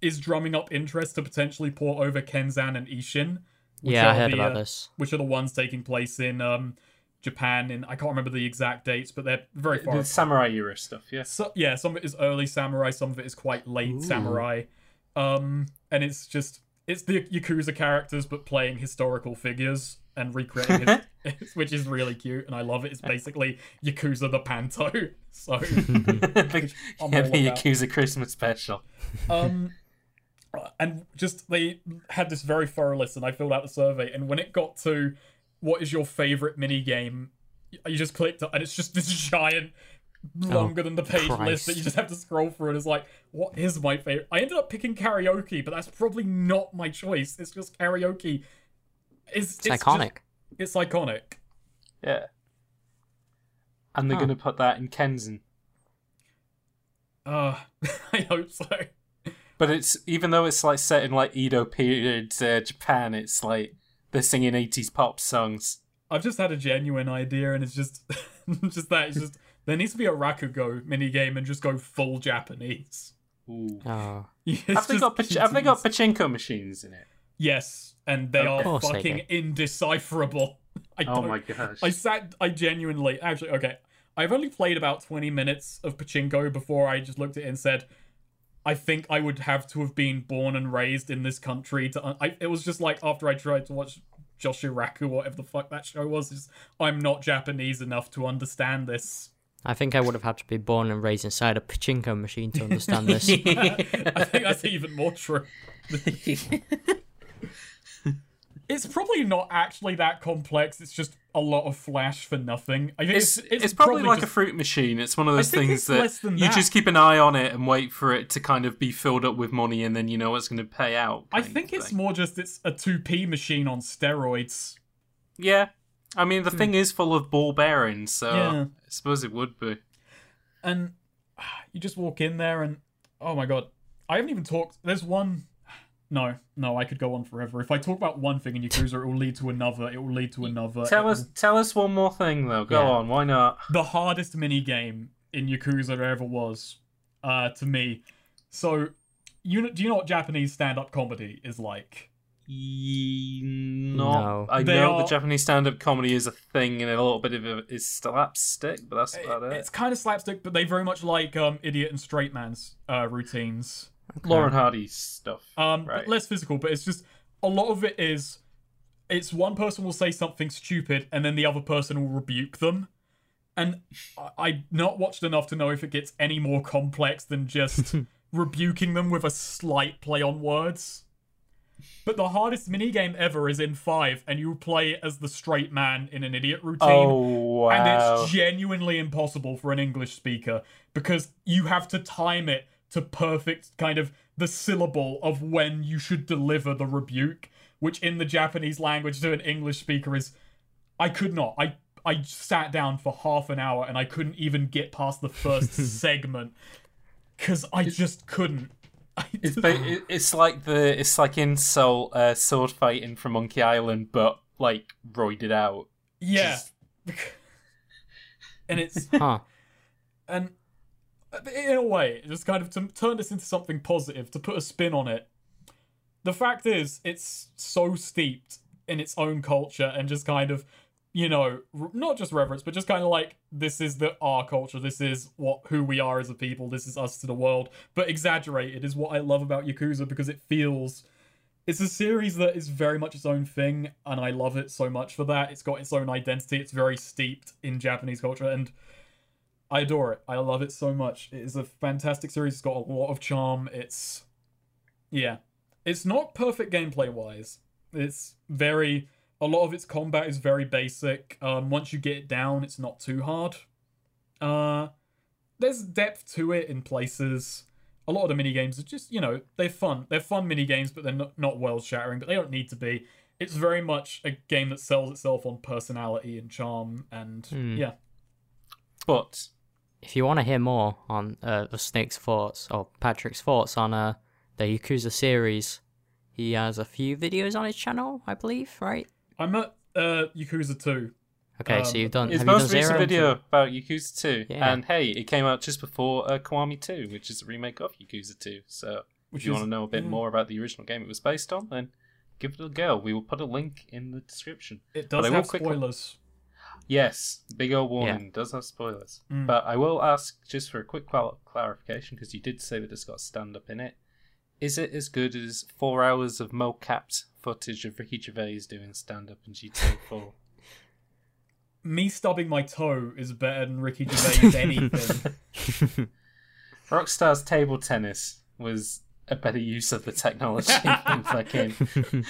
is drumming up interest to potentially port over Kenzan and Ishin. which yeah, I are heard the, about uh, this. which are the ones taking place in um, Japan. In I can't remember the exact dates, but they're very far. The apart. Samurai Euro stuff, [laughs] yes. So, yeah, some of it is early samurai, some of it is quite late samurai. Um, and it's just it's the yakuza characters but playing historical figures and recreating it, [laughs] which is really cute and I love it. It's basically yakuza the panto. [laughs] [laughs] So the, yeah, I'm all the about. Yakuza Christmas special. um and just they had this very thorough list and i filled out the survey and when it got to what is your favorite mini game you just clicked and it's just this [laughs] giant longer than the page list Oh, Christ. that you just have to scroll through and it's like what is my favorite i ended up picking karaoke but that's probably not my choice it's just karaoke is It's, iconic. it's iconic Yeah. And they're Huh. gonna put that in Kenzen. uh [laughs] i hope so But it's even though it's like set in like Edo period uh, Japan, it's like they're singing eighties pop songs. I've [laughs] just had a genuine idea, and it's just just that it's just There needs to be a Rakugo minigame and just go full Japanese. [laughs] Ooh. Oh, It's Have they just got pach- have they got cuties. pachinko machines in it? Yes, and they Of are course they fucking indecipherable. [laughs] I Oh don't- my gosh. I sat. I genuinely, actually, okay. I've only played about twenty minutes of pachinko before I just looked at it and said, "I think I would have to have been born and raised in this country to." Un- I, it was just like after I tried to watch Joshiraku, whatever the fuck that show was. Just, I'm not Japanese enough to understand this. I think I would have had to be born and raised inside a pachinko machine to understand this. I think that's even more [laughs] true. it's probably not actually that complex. It's just a lot of flash for nothing. I think It's, it's, probably, like a just- fruit machine. It's one of those think it's things less that, than you that. just keep an eye on it and wait for it to kind of be filled up with money, and then you know what's going to pay out. I kind think of it's thing. more just it's a 2P machine on steroids. yeah. I mean, the thing is full of ball bearings, so Hmm. Yeah. I suppose it would be. And [sighs] ah, you just walk in there and oh my god. I haven't even talked there's one [sighs] no, no, I could go on forever. If I talk about one thing in Yakuza, it will lead to another, it will lead to another. Tell it us, tell us one more thing though. Go Yeah. on, why not? the hardest mini game in Yakuza there ever was, uh, to me. So, you know, do you know what Japanese stand-up comedy is like? Ye- Not, No. I They know are- the Japanese stand-up comedy is a thing, and a little bit of it is slapstick, but that's It- about it. It's kind of slapstick, but they very much like um, idiot and straight man's uh, routines. Lauren Hardy stuff. Um, Right. less physical, but it's just a lot of it is. It's one person will say something stupid, and then the other person will rebuke them. And I, I've not watched enough to know if it gets any more complex [laughs] than just rebuking them with a slight play on words. But the hardest minigame ever is in five, and you play as the straight man in an idiot routine. oh wow! And it's genuinely impossible for an English speaker because you have to time it to perfect kind of the syllable of when you should deliver the rebuke, which in the Japanese language to an English speaker is I could not. I I sat down for half an hour and I couldn't even get past the first [laughs] segment because I just couldn't. [laughs] I It's just- ba- it- it's like the it's like in Soul uh, sword fighting from Monkey Island, but like roided out. [laughs] yeah. and it's Huh. and uh, in a way, just kind of to turn this into something positive, to put a spin on it. The fact is, it's so steeped in its own culture and just kind of, you know, r- not just reverence, but just kind of like this is the our culture, this is what who we are as a people, this is us to the world. But exaggerated is what I love about Yakuza because it feels. It's a series that is very much its own thing, and I love it so much for that. It's got its own identity. It's very steeped in Japanese culture, and I adore it. I love it so much. It is a fantastic series. It's got a lot of charm. It's yeah. It's not perfect gameplay wise. It's very a lot of its combat is very basic. Um once you get it down, it's not too hard. Uh there's depth to it in places. A lot of the mini games are just, you know, they're fun. They're fun mini games, but they're not, not world shattering, but they don't need to be. It's very much a game that sells itself on personality and charm and Hmm. yeah. But If you want to hear more on uh, the Snake's thoughts or Patrick's thoughts on uh, the Yakuza series, he has a few videos on his channel, I believe, right? I'm at uh, Yakuza 2. Okay, Um, so you've done. his Have you done most zero? recent video about Yakuza Two, Yeah. and hey, it came out just before uh, Kiwami Two, which is a remake of Yakuza Two. So Which if you is- want to know a bit yeah. more about the original game it was based on, then give it a go. We will put a link in the description. It But does I will have quick- spoilers. Yes, big old warning. Does have spoilers, Mm. but I will ask just for a quick qual- clarification because you did say that it's got stand up in it. Is it as good as four hours of mocapped footage of Ricky Gervais doing stand up in GTA Four? Me stubbing my toe is better than Ricky Gervais anything. [laughs] Rockstar's table tennis was a better use of the technology than fucking.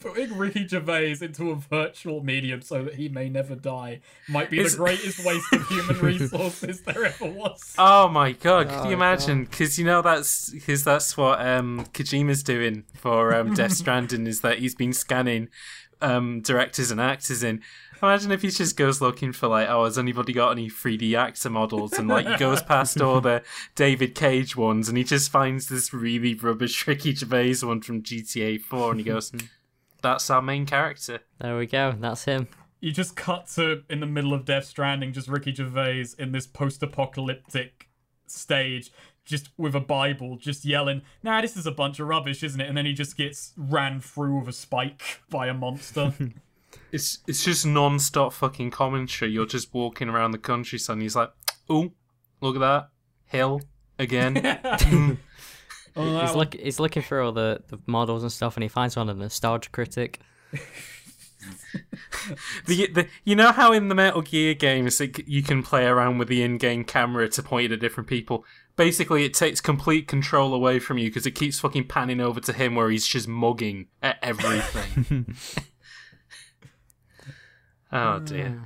Putting Ricky Gervais into a virtual medium so that he may never die might be It's- the greatest waste [laughs] of human resources there ever was. Oh my god! Could Oh, you imagine? Because you know that's because that's what um, Kojima's doing for um, Death Stranding is that he's been scanning um, directors and actors in. Imagine if he just goes looking for like, oh, has anybody got any 3D actor models? And like he goes past all the David Cage ones, and he just finds this really rubbish Ricky Gervais one from GTA Four, and he goes, "That's our main character." There we go. That's him. you just cut to in the middle of Death Stranding, just Ricky Gervais in this post-apocalyptic stage, just with a Bible, just yelling, "Nah, this is a bunch of rubbish, isn't it?" And then he just gets ran through with a spike by a [laughs] monster. It's it's just non-stop fucking commentary. You're just walking around the countryside. and He's like, "Ooh, look at that hill again." [laughs] Oh, that He's look he's looking through all the, the models and stuff, and he finds one a nostalgia critic. the, the, you know how in the Metal Gear games it, c- you can play around with the in-game camera to point it at different people. Basically, it takes complete control away from you because it keeps fucking panning over to him where he's just mugging at everything. oh dear. Hmm.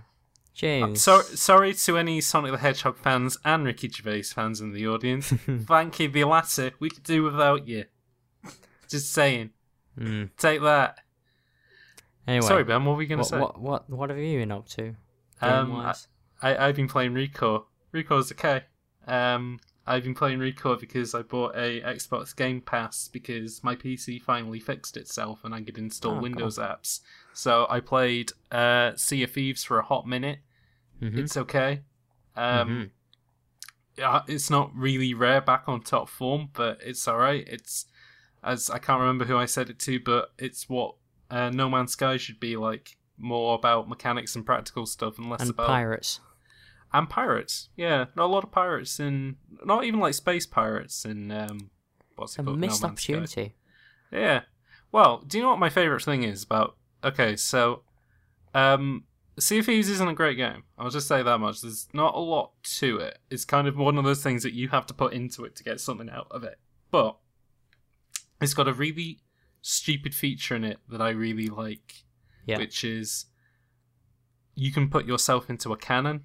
James, So, sorry to any Sonic the Hedgehog fans and Ricky Gervais fans in the [laughs] audience. Thank you, the latter. We could do without you. Just saying. Take that. Hmm, anyway, Sorry, Ben. What were we going to what, say? what what what have you been up to? Um, game-wise? I, I've been playing Recore. Recore's okay. Um, I've been playing Recore because I bought a Xbox Game Pass because my PC finally fixed itself and I could install Oh, Windows apps. So I played uh, Sea of Thieves for a hot minute. Mhm. It's okay. Um, yeah, it's not really rare back on top form, but it's all right. It's as I can't remember who I said it to, but it's what uh, No Man's Sky should be like. More about mechanics and practical stuff, and less and about pirates. and pirates. Yeah, not a lot of pirates in, not even like space pirates in. Um, what's it A called? missed no Man's Sky. opportunity. Yeah. Well, do you know what my favorite thing is about? Okay, so, um, Sea of Thieves isn't a great game. I'll just say that much. There's not a lot to it. It's kind of one of those things that you have to put into it to get something out of it. But it's got a really stupid feature in it that I really like, Yeah. which is you can put yourself into a cannon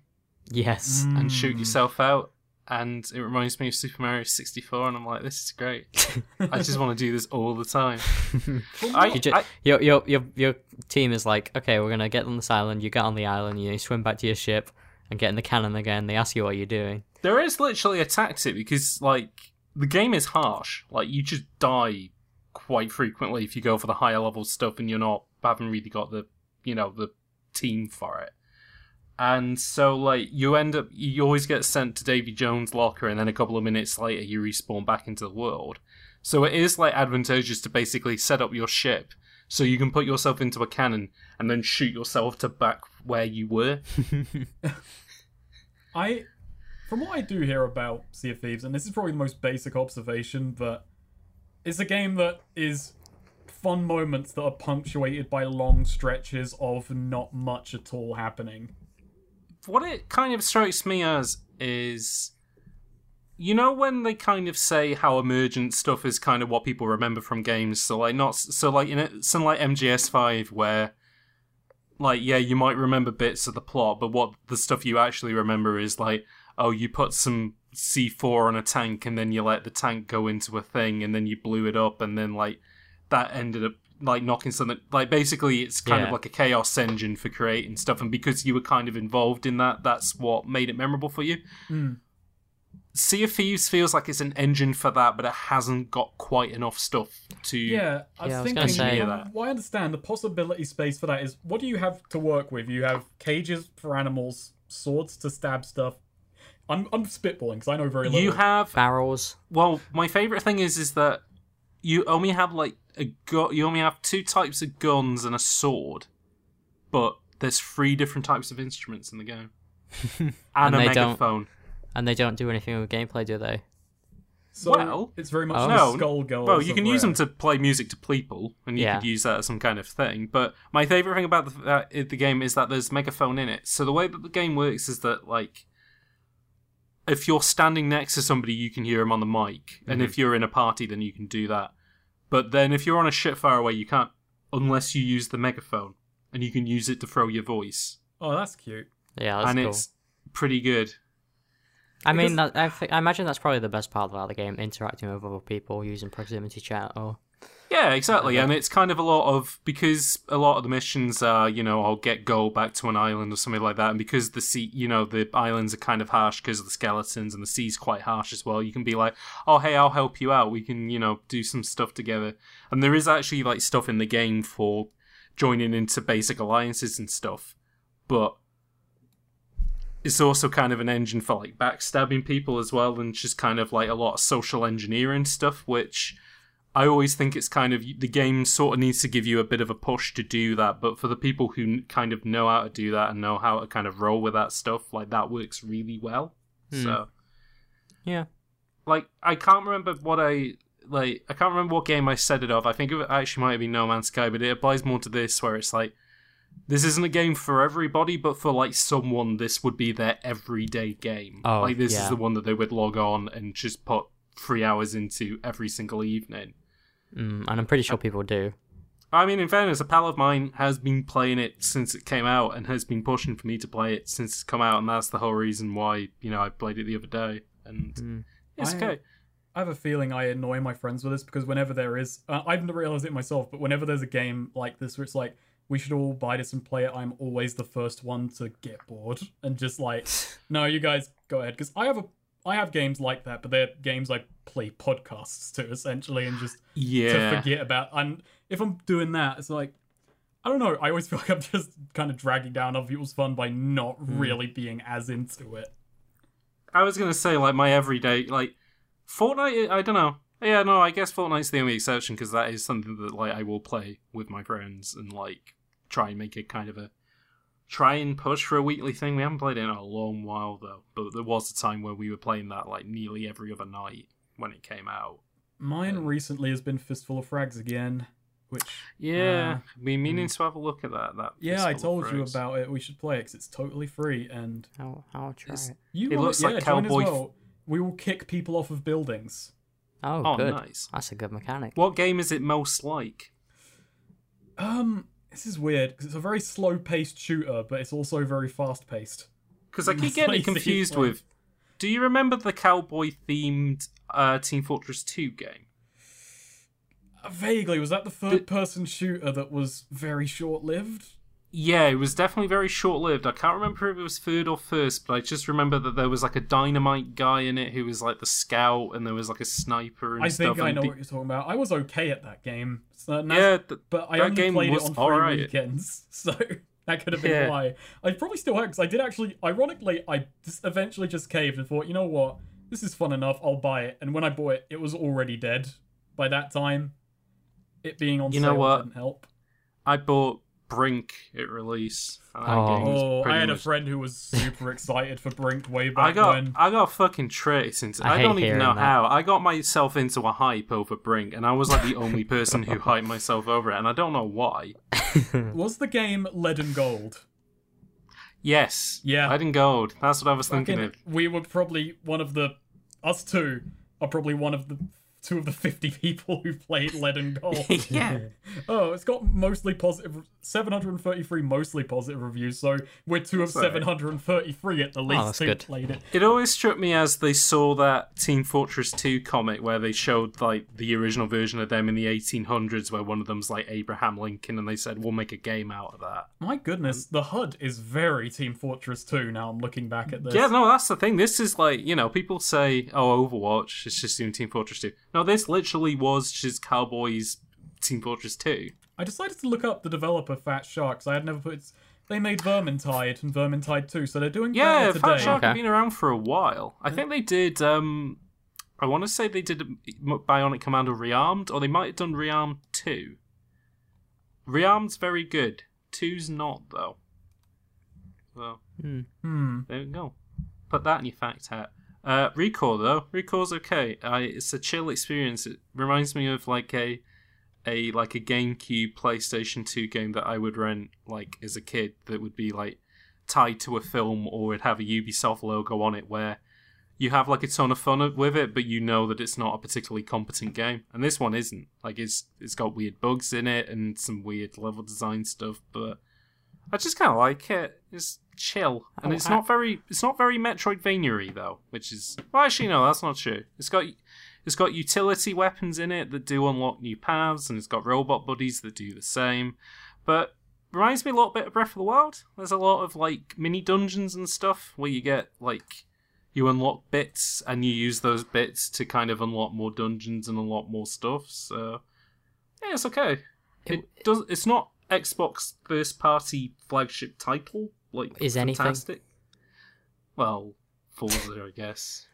Yes. and shoot Mm. yourself out. And it reminds me of Super Mario 64, and I'm like, this is great. I just want to do this all the time. [laughs] I, You ju- I- your, your your your team is like, okay, we're gonna get on this island. You get on the island, you swim back to your ship, and get in the cannon again. They ask you what you're doing. there is literally a tactic because, like, the game is harsh. Like, you just die quite frequently if you go for the higher level stuff and you're not, haven't really got the, you know, the team for it. And so, like, you end up, you always get sent to Davy Jones' locker, and then a couple of minutes later, you respawn back into the world. So it is like advantageous to basically set up your ship so you can put yourself into a cannon and then shoot yourself to back where you were. Mm. I, from what I do hear about Sea of Thieves, and this is probably the most basic observation, but it's a game that is fun moments that are punctuated by long stretches of not much at all happening. what it kind of strikes me as is you know when they kind of say how emergent stuff is kind of what people remember from games so like not so like in a, something like mgs5 where like yeah you might remember bits of the plot but what the stuff you actually remember is like oh you put some c4 on a tank and then you let the tank go into a thing and then you blew it up and then like that ended up like knocking something like basically it's kind of Yeah. like a chaos engine for creating stuff and because you were kind of involved in that that's what made it memorable for you sea of thieves feels like it's an engine for that but it hasn't got quite enough stuff to Yeah, I was Yeah, I was thinking. gonna say- from what I understand the possibility space for that is what do you have to work with? You have cages for animals, swords to stab stuff. I'm I'm spitballing because I know very little. you have Barrels. Well, my favorite thing is is that you only have like a gu- you only have two types of guns and a sword, but there's three different types of instruments in [laughs] the game, and, And a they don't- megaphone. And they don't do anything with gameplay, do they? so well, it's very much oh. the No, skull girl. Well, you can use them to play music to people, and you Yeah. could use that as some kind of thing. But my favorite thing about the, that, the game is that there's megaphone in it. So the way that the game works is that like. If you're standing next to somebody, you can hear them on the mic, and Mm-hmm. if you're in a party, then you can do that. But then, if you're on a ship far away, you can't unless you use the megaphone, and you can use it to throw your voice, Oh, that's cute. Yeah, that's and cool. it's pretty good. I mean, that, I, thi- I imagine that's probably the best part about the game: interacting with other people using proximity chat or Yeah, exactly. And it's kind of a lot of because a lot of the missions are, you know, I'll get gold back to an island or something like that. And because the sea, you know, the islands are kind of harsh because of the skeletons and the sea's quite harsh as well. You can be like, oh, hey, I'll help you out. We can, you know, do some stuff together. And there is actually like stuff in the game for joining into basic alliances and stuff. but it's also kind of an engine for like backstabbing people as well, and just kind of like a lot of social engineering stuff, which I always think it's kind of the game sort of needs to give you a bit of a push to do that, but for the people who n- kind of know how to do that and know how to kind of roll with that stuff, like that works really well. So Yeah. like I can't remember what I like. I can't remember what game I said it of. I think it actually might have been No Man's Sky, but it applies more to this, where it's like this isn't a game for everybody, but for like someone, this would be their everyday game. Oh, like this yeah. is the one that they would log on and just put three hours into every single evening. Mm, and I'm pretty sure people do. I mean, in fairness, a pal of mine has been playing it since it came out and has been pushing for me to play it since it's come out, and that's the whole reason why you know I played it the other day, and mm, it's I- okay. I have a feeling I annoy my friends with this because whenever there is, uh, I've never realized it myself, but whenever there's a game like this where it's like, we should all buy this and play it, I'm always the first one to get bored and just like, no, you guys go ahead because I have a, I have games like that, but they're games I play podcasts to essentially and just Yeah, to forget about. And if I'm doing that, it's like, I don't know. I always [laughs] feel like I'm just kind of dragging down other people's fun by not really being as into it. I was gonna say like my everyday like Fortnite. I don't know. Yeah, no, I guess Fortnite's the only exception because that is something that like I will play with my friends and like try and make it kind of a try and push for a weekly thing. We haven't played it in a long while though, but there was a time where we were playing that like nearly every other night when it came out. Mine recently has been Fistful of Frags again, which Yeah, Uh, we meaning to have a look at that. That Yeah, Fistful I of told you Frogs. about it. We should play it 'cause it's totally free, and I'll, I'll try It's- it. you It wanna- looks like yeah, join Cowboy As F- well. We will kick people off of buildings. Oh, Oh, good. nice. That's a good mechanic. What game is it most like? Um, this is weird 'cause it's a very slow-paced shooter, but it's also very fast-paced. Because I [laughs] keep That's getting what it he sees confused when- with. Do you remember the cowboy themed uh, Team Fortress 2 game? Uh, vaguely, was that the third-person shooter that was very short-lived? Yeah, it was definitely very short lived. I can't remember if it was third or first, but I just remember that there was like a dynamite guy in it who was like the scout, and there was like a sniper and I stuff. think I and know the- what you're talking about. I was okay at that game. So now- Yeah, th- but I that only game played it was on three alright. weekends, [laughs] so that could have been Yeah. why. I probably still had because I did actually. Ironically, I just eventually just caved and thought, you know what, this is fun enough. I'll buy it. And when I bought it, it was already dead by that time. It being on You know sale what? didn't help. I bought Brink at release. And that Oh. game was Oh, pretty I had a much- friend who was super [laughs] excited for Brink way back I got when. I got fucking traced into I I, hate don't even hearing know that. how. I got myself into a hype over Brink and I was like [laughs] the only person who hyped myself over it and I don't know why. Was the game Lead and Gold? Yes. Yeah. Lead and gold. That's what I was thinking Fucking- of. we were probably one of the us two are probably one of the two of the 50 people who played [laughs] lead and gold Yeah. oh it's got mostly positive 733 mostly positive reviews so we're two of That's all right. 733 at the least Oh, that's who good. played it It always struck me as they saw that Team Fortress 2 comic where they showed like the original version of them in the 1800s where one of them's like Abraham Lincoln and they said we'll make a game out of that. my Um, goodness the hud is very team fortress 2 now i'm looking back at this Yeah, no, that's the thing. This is like, you know, people say, oh, Overwatch, it's just doing Team Fortress 2. No, this literally was just Cowboys Team Fortress 2. i decided to look up the developer fat sharks i had never put they made vermintide and vermintide 2 so they're doing Yeah, better today Fat Shark have Okay. been around for a while. I think they did, um, I want to say they did M- Bionic Commando Rearmed, or they might have done Rearmed 2. Rearmed's very good. Two's not, though. Well, hmm there we go. Put that in your fact hat. Uh, Recall though, Recall's okay. I, it's a chill experience. It reminds me of like a, a like a GameCube PlayStation Two game that I would rent like as a kid. That would be like tied to a film or would have a Ubisoft logo on it, where you have like a ton of fun with it, but you know that it's not a particularly competent game. And this one isn't. Like it's it's got weird bugs in it and some weird level design stuff, but I just kind of like it. It's chill, and Oh, it's I- not very it's not very Metroidvania though, which is well actually no, that's not true. It's got it's got utility weapons in it that do unlock new paths, and it's got robot buddies that do the same. But reminds me a little bit of Breath of the Wild. There's a lot of like mini dungeons and stuff where you get like you unlock bits and you use those bits to kind of unlock more dungeons and unlock more stuff. So yeah, it's okay. It, It- does. It's not Xbox first party flagship title, like Is anything? fantastic. Well, Forza, I guess.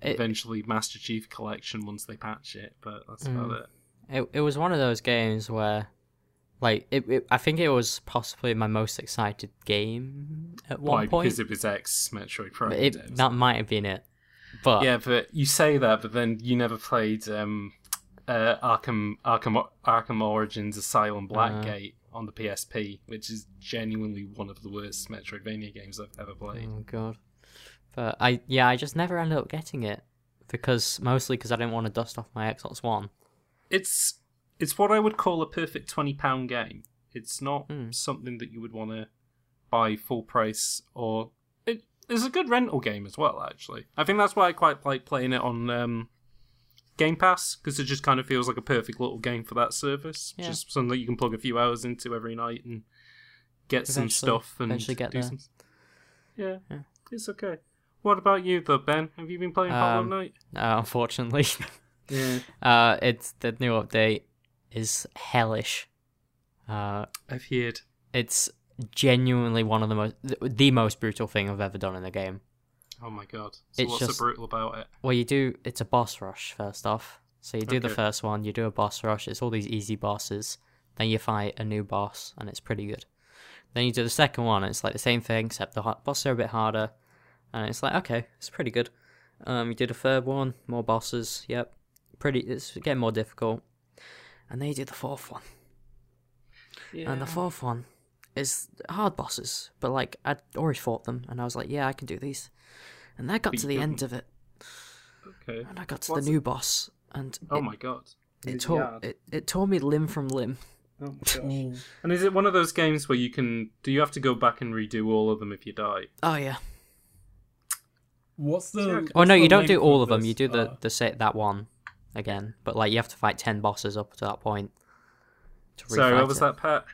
It- Eventually, Master Chief Collection once they patch it, but that's about Mm. it. It it was one of those games where, like, it, it I think it was possibly my most excited game at Why? one point. Because it was ex Metroid Prime. But devs. it, that might have been it. But Yeah, but you say that, but then you never played um, uh, Arkham Arkham Arkham Origins Asylum Blackgate on the PSP, which is genuinely one of the worst Metroidvania games I've ever played. oh god. But I yeah I just never ended up getting it because mostly because I didn't want to dust off my Xbox One. It's it's what I would call a perfect twenty pound game. It's not Hmm. something that you would want to buy full price or it, it's a good rental game as well. Actually, I think that's why I quite like playing it on. Um, Game Pass because it just kind of feels like a perfect little game for that service. Yeah. Just something that you can plug a few hours into every night and get some Eventually- stuff and eventually get do there. some. Yeah, it's okay. What about you though, Ben? Have you been playing Um, Hollow Knight? Uh, [laughs] [laughs] unfortunately, Yeah, uh, it's the new update is hellish. Uh, I've heard. it's genuinely one of the most th- the most brutal thing I've ever done in a game. Oh my god! So It's what's just- so brutal about it? Well, you do. It's a boss rush first off. So you do the Okay. first one. You do a boss rush. It's all these easy bosses. Then you fight a new boss, and it's pretty good. Then you do the second one. And it's like the same thing, except the har- bosses are a bit harder. And it's like okay, it's pretty good. Um, you do the third one, more bosses. Yep, pretty. It's getting more difficult. And then you do the fourth one. And the fourth one is hard bosses, but like I'd already fought them, and I was like, yeah, I can do these. And that got But to you the end of it, Okay. and I got to What's- the new boss, and Oh it, my god! it tore it, it tore me limb from limb. Oh [laughs] my gosh. and is it one of those games where you can? Do you have to go back and redo all of them if you die? Oh yeah. What's Yeah, the? Oh what's no, the you don't length do all of of them. this? You do the Uh, the set that one again, but like you have to fight ten bosses up to that point. To Sorry, refight what was it. that, Pat?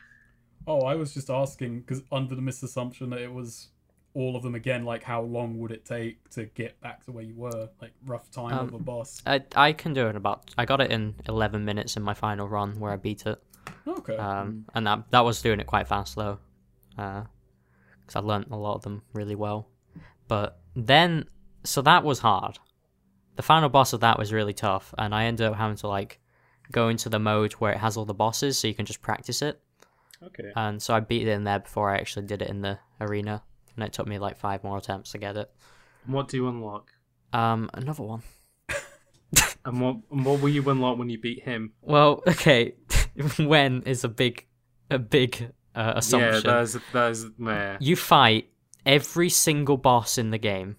Oh, I was just asking because under the misassumption that it was all of them again. Like, how long would it take to get back to where you were? Like, rough time of a Um, boss. I, I can do it in about. I got it in eleven minutes in my final run where I beat it. Okay. Um, and that that was doing it quite fast though, because I learnt a lot of them really well. But then, so that was hard. The final boss of that was really tough, and I ended up having to like go into the mode where it has all the bosses, so you can just practice it. Okay. And so I beat it in there before I actually did it in the arena, and it took me like five more attempts to get it. What do you unlock? Um, another one. And what and what will you unlock when you beat him? Well, [laughs] okay, when is a big, a big uh, assumption. Yeah, there's there's meh. You fight every single boss in the game.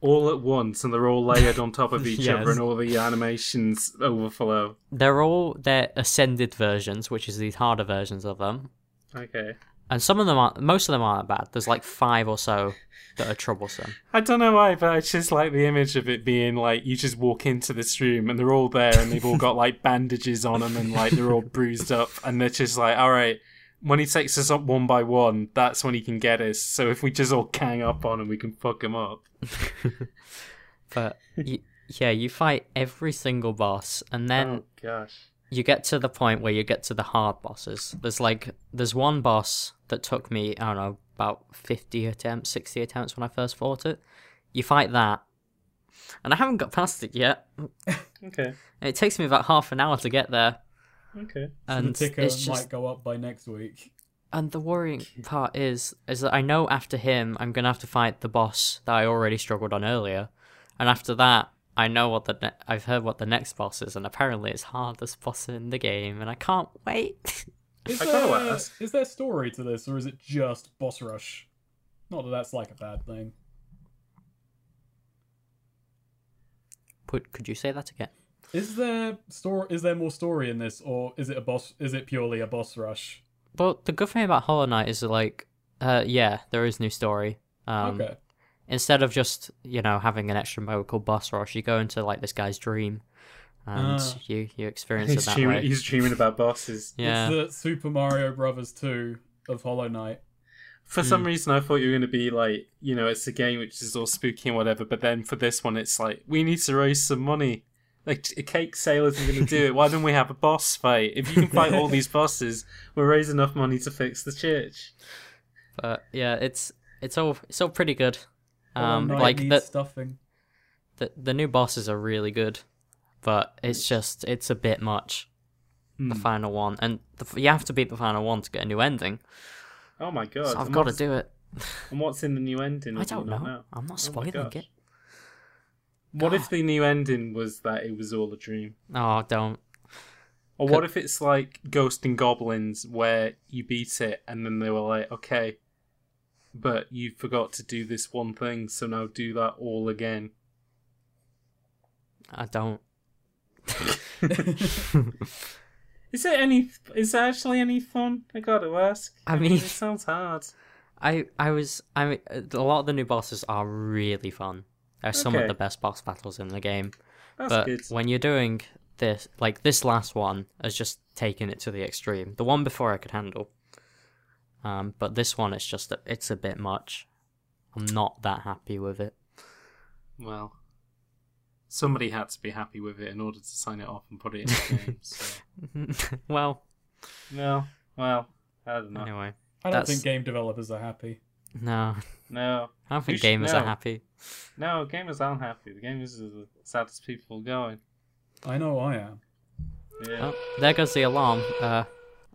all at once, and they're all layered on [laughs] top of each Yes. other, and all the animations overflow. They're all their ascended versions, which is these harder versions of them. Okay, And some of them are, most of them aren't bad. There's like five or so that are troublesome. I don't know why, but I just like the image of it being like you just walk into this room, and they're all there, and they've all got like bandages on them, and like they're all bruised up, and they're just like, all right. When he takes us up one by one, that's when he can get us. So if we just all gang up on him, we can fuck him up. But you, yeah, you fight every single boss, and then Oh gosh. you get to the point where you get to the hard bosses. There's like there's one boss that took me I don't know about fifty attempts, sixty attempts when I first fought it. You fight that, and I haven't got past it yet. Okay. And it takes me about half an hour to get there, Okay. So the and ticker it's just might go up by next week. And the worrying part is, is that I know after him, I'm gonna have to fight the boss that I already struggled on earlier, and after that, I know what the ne- I've heard what the next boss is, and apparently it's hardest boss in the game, and I can't wait. [laughs] Is I gotta there, ask. is there story to this, or is it just boss rush? Not that that's like a bad thing. Put, could you say that again? Is there story? Is there more story in this, or is it a boss? Is it purely a boss rush? Well, the good thing about Hollow Knight is that, like, uh, yeah, there is new story. Um, okay. Instead of just you know having an extra mode called boss rush, you go into like this guy's dream, and Ah. you you experience [laughs] He's it that dreaming, way. he's dreaming about bosses. yeah. It's the Super Mario Brothers two of Hollow Knight. For Hmm. some reason, I thought you were going to be like, you know, it's a game which is all spooky and whatever. But then for this one, it's like we need to raise some money. Like a cake sale isn't going to do it. Why don't we have a [laughs] boss fight? If you can fight all these bosses, we'll raise enough money to fix the church. But yeah, it's it's all it's all pretty good. Um, Alumni like need the, stuffing. the the new bosses are really good, but it's just it's a bit much. The final one, and the, f- you have to beat the final one to get a new ending. Oh my god! So I've and got to what's- do it. And what's in the new ending? I or do you don't know. not I'm not Oh my spoiling gosh. it. What if the new ending was that it was all a dream? Oh, don't. Or what if it's like Ghost and Goblins, where you beat it and then they were like, okay, but you forgot to do this one thing, so now do that all again. I don't. Is it any? Is there actually any fun? I gotta ask. I mean- it sounds hard. I I was I mean, uh, a lot of the new bosses are really fun. They're some Okay. of the best boss battles in the game. That's but good. when you're doing this, like this last one, has just taken it to the extreme. The one before I could handle, um, but this one it's just a, it's a bit much. I'm not that happy with it. [laughs] Well, somebody had to be happy with it in order to sign it off and put it in the [laughs] game. So. well, No. Well, I don't know. anyway, I don't That's- think game developers are happy. no, [laughs] No. I don't think should gamers are know. happy. No, gamers aren't happy. The gamers are the saddest people going. I know I am. Yeah. Oh, there goes the alarm. Uh,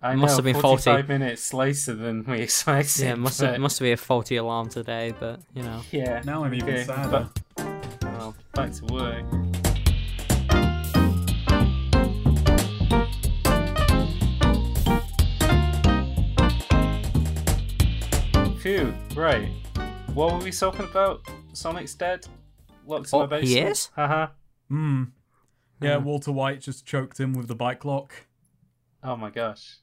I must know, have been 45 faulty. minutes later than we [laughs] expected. yeah, must but... must be a faulty alarm today, but you know. Yeah. Now I'm even okay, sadder. But, well, back to work. Phew, right. What were we talking about? Sonic's dead? Locked in Oh, my basement? Uh-huh. he is? Haha. Hmm. Yeah, Hmm. Walter White just choked him with the bike lock. Oh my gosh.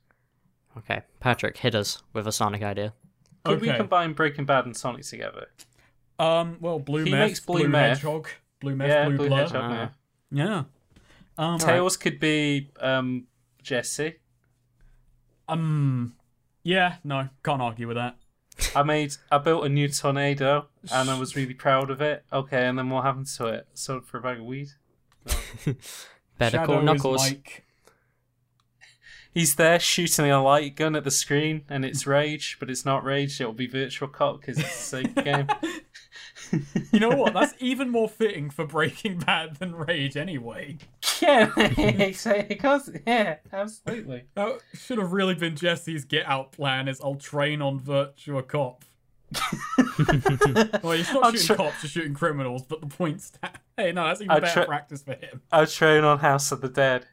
Okay, Patrick hit us with a Sonic idea. Could we Okay. combine Breaking Bad and Sonic together? Um, well, blue He meth, makes blue blue meth. hedgehog, blue meth, yeah, blue, blur. Hedgehog. Ah. yeah. Yeah. Um, Tails could be um, Jesse. um, yeah, no, can't argue with that. I made, I built a new tornado, and I [sighs] was really proud of it. Okay, and then what happened to it? Sold for a bag of weed. Better Shadow call is Knuckles. Mike. He's there shooting a light gun at the screen, [laughs] and it's rage, but it's not rage. It'll be virtual cop because it's [laughs] the same game. You know what? That's [laughs] even more fitting for Breaking Bad than Rage, anyway. Yeah, [laughs] exactly. 'cause- Yeah, absolutely. That should have really been Jesse's get out plan. Is I'll train on Virtua Cop. well, he's not I'll shooting tra- cops, he's shooting criminals. But the point's that [laughs] hey, no, that's even I'll better tra- practice for him. [laughs] I train on House of the Dead.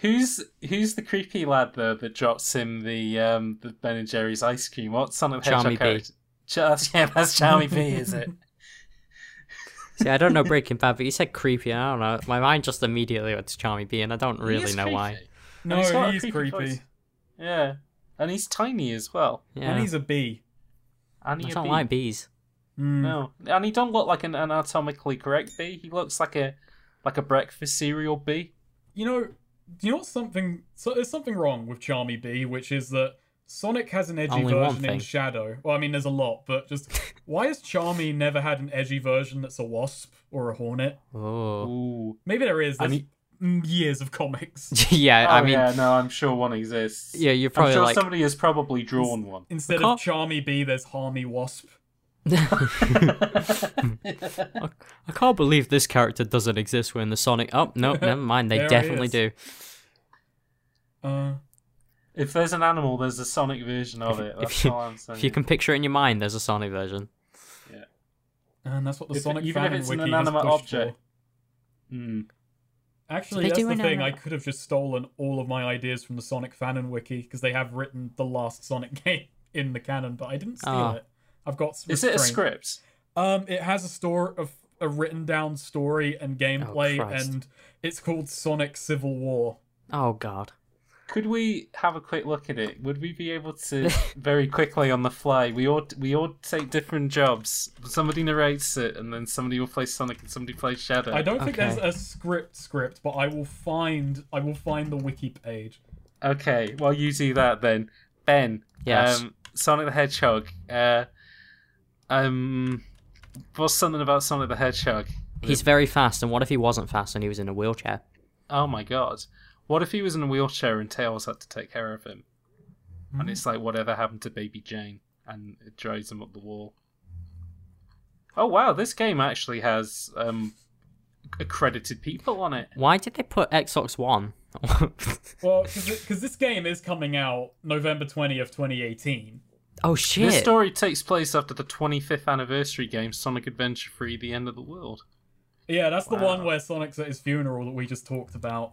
who's who's the creepy lad though that drops him the um the Ben and Jerry's ice cream? What's Sonic the Charmy Hedgehog? B. character? Ch- [laughs] yeah, that's Charmy B, is it? See, I don't know Breaking Bad, but you said creepy. and I don't know. My mind just immediately went to Charmy B, and I don't He really is know why. creepy. No, And he's got a he's creepy creepy, voice. Yeah, and he's tiny as well. Yeah, and he's a bee. And I he a don't bee. like bees. Mm. No, and he don't look like an anatomically correct bee. He looks like a like a breakfast cereal bee. you know, do you know what's something? So there's something wrong with Charmy B, which is that Sonic has an edgy Only one version in thing. Shadow. Well, I mean, there's a lot, but just why has Charmy never had an edgy version that's a wasp or a hornet? Oh, Ooh. Maybe there is. And There's mm, years of comics. [laughs] yeah. I Oh, mean, yeah, no, I'm sure one exists. yeah, you're I'm probably sure like, somebody has [laughs] probably drawn one. Instead Cop- of Charmy B, there's Harmy Wasp. I, [laughs] I can't believe this character doesn't exist. We're in the Sonic. Oh [laughs] no, never mind. They There it definitely is. do. Uh, If there's an animal, there's a Sonic version of it. That's if you- all I'm saying. If you can picture it in your mind, there's a Sonic version. and that's what the If- Sonic even if fan it's an wiki inanimate has pushed object. for. Mm. Actually, They that's do the thing. I inanimate- could have just stolen all of my ideas from the Sonic Fanon wiki because they have written the last Sonic [laughs] game in the canon, but I didn't steal Ah. it. I've got. Is it a restraint. script? Um, it has a store of a written down story and gameplay, Oh, Christ. and it's called Sonic Civil War. Oh god. Could we have a quick look at it? Would we be able to very quickly on the fly? We all we all take different jobs. Somebody narrates it, and then somebody will play Sonic, and somebody plays Shadow. I don't think Okay. there's a script script, but I will find I will find the wiki page. Okay, well you do that then, Ben. Yes. Um, Sonic the Hedgehog. Uh, um, what's something about Sonic the Hedgehog? He's very fast, and what if he wasn't fast and he was in a wheelchair? Oh my god! What if he was in a wheelchair and Tails had to take care of him? And it's like whatever happened to Baby Jane? and it drives him up the wall. Oh wow, this game actually has um, accredited people on it. Why did they put Xbox One? [laughs] Well, because this game is coming out November 20th, 2018. oh This shit! story takes place after the 25th anniversary game Sonic Adventure 3: The End of the World. Yeah, that's the Wow. one where Sonic's at his funeral that we just talked about.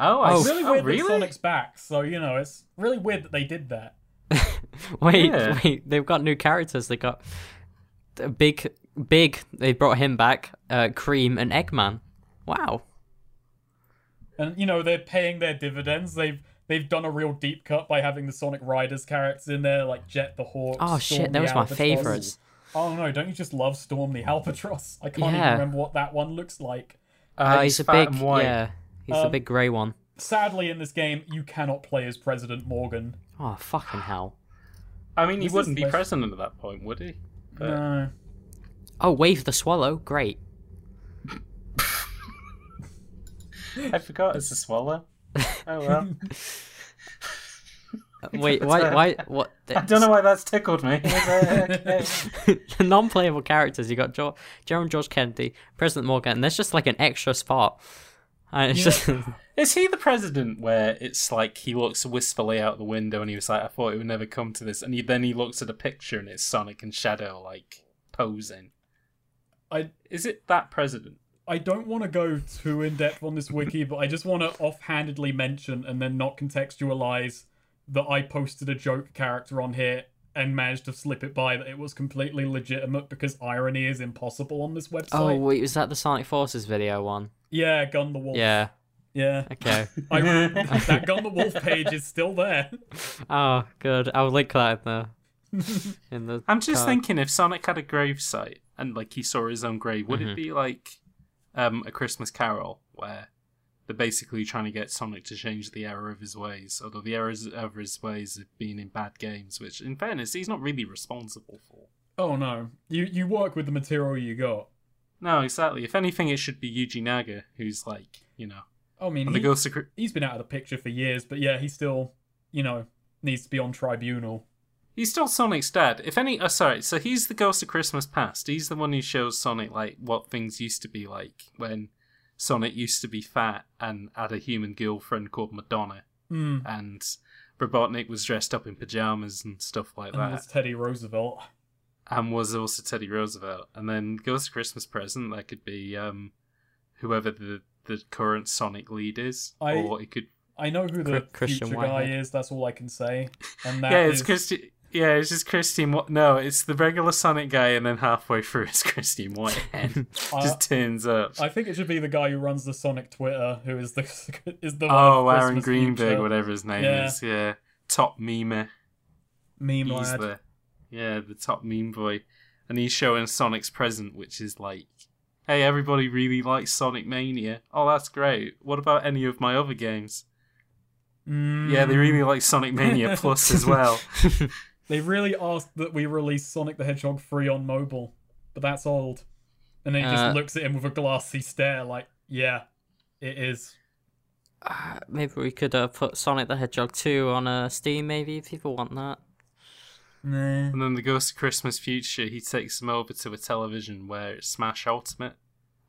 Oh, I Oh, oh, It's really oh, weird really? that Sonic's back, so you know, it's really weird that they did that. [laughs] wait, Yeah. wait, they've got new characters. They got a big, big. They brought him back. Uh, Cream and Eggman. Wow. And you know, they're paying their dividends. They've they've done a real deep cut by having the Sonic Riders characters in there, like Jet the Hawk. Oh shit, Storm that the was my Albatross. Uh, favorites. Oh no, don't you just love Storm the Albatross? I can't Yeah. even remember what that one looks like. Uh, Oh, he's, he's a fat big, and white. yeah. He's the Um, big grey one. Sadly, in this game, you cannot play as President Morgan. Oh fucking hell! I mean, he This is wouldn't be less- president at that point, would he? But- No. Oh, Wave the Swallow. [laughs] Great. I forgot it's a swallow. Oh well. Uh, Wait, why? Why? What? [laughs] I don't know why that's tickled me. [laughs] [laughs] Okay. the non-playable characters. You got jo- Jerome George Kennedy, President Morgan, and there's just like an extra spot. [laughs] And it's just Is he the president where it's like he looks wistfully out the window and he was like, I thought it would never come to this, and he, then he looks at a picture and it's Sonic and Shadow like posing. I Is it that president? I don't want to go too in depth on this wiki, but I just want to offhandedly mention and then not contextualize that I posted a joke character on here and managed to slip it by that it was completely legitimate because irony is impossible on this website. oh wait, was that the Sonic Forces video [laughs] one? yeah, Gun the Wolf. Yeah. Yeah. Okay. I, [laughs] that Gun the Wolf page is still there. oh, good. I'll link that in the [laughs] in the. I'm just card. thinking if Sonic had a grave site and like he saw his own grave, would it be like um, a Christmas Carol where they're basically trying to get Sonic to change the error of his ways, although the errors of his ways have been in bad games, which in fairness he's not really responsible for. Oh no. You you work with the material you got. No, exactly. If anything, it should be Yuji Naga, who's like, you know, I mean, on he, the Ghost Secret. he's been out of the picture for years, but yeah, he still, you know, needs to be on tribunal. He's still Sonic's dad. If any, oh, sorry. So he's the ghost of Christmas past. He's the one who shows Sonic like what things used to be like when Sonic used to be fat and had a human girlfriend called Madonna, Hmm. and Robotnik was dressed up in pajamas and stuff like And that, that's Teddy Roosevelt. and was also Teddy Roosevelt. And then Ghost of Christmas Present, that could be um, whoever the the current Sonic lead is, I- or it could I know who Cri- the Christian future Whitehead. guy is. That's all I can say. [laughs] And that yeah, it's is- Christian. Yeah, it's just Christian. Wa- No, it's the regular Sonic guy, and then halfway through, [laughs] it's Christian [laughs] [laughs] Whitehead. just turns up. uh, I think it should be the guy who runs the Sonic Twitter, who is the [laughs] is the one oh, of Aaron Christmas Greenberg, future. whatever his name Yeah. is. Yeah, top meme. meme He's lad. the yeah the top meme boy, and he's showing Sonic's present, which is like, hey, everybody really likes Sonic Mania. Oh, that's great. What about any of my other games? Mm, Yeah, they really like Sonic Mania Plus [laughs] [laughs] as well. they really asked that we release Sonic the Hedgehog free on mobile, but that's old. And then he Uh, just looks at him with a glassy stare, like, "Yeah, it is." Uh, maybe we could uh, put Sonic the Hedgehog two on uh, Steam. Maybe people want that. Um, Nah. And then the Ghost of Christmas Future, he takes him over to a television where it's Smash Ultimate.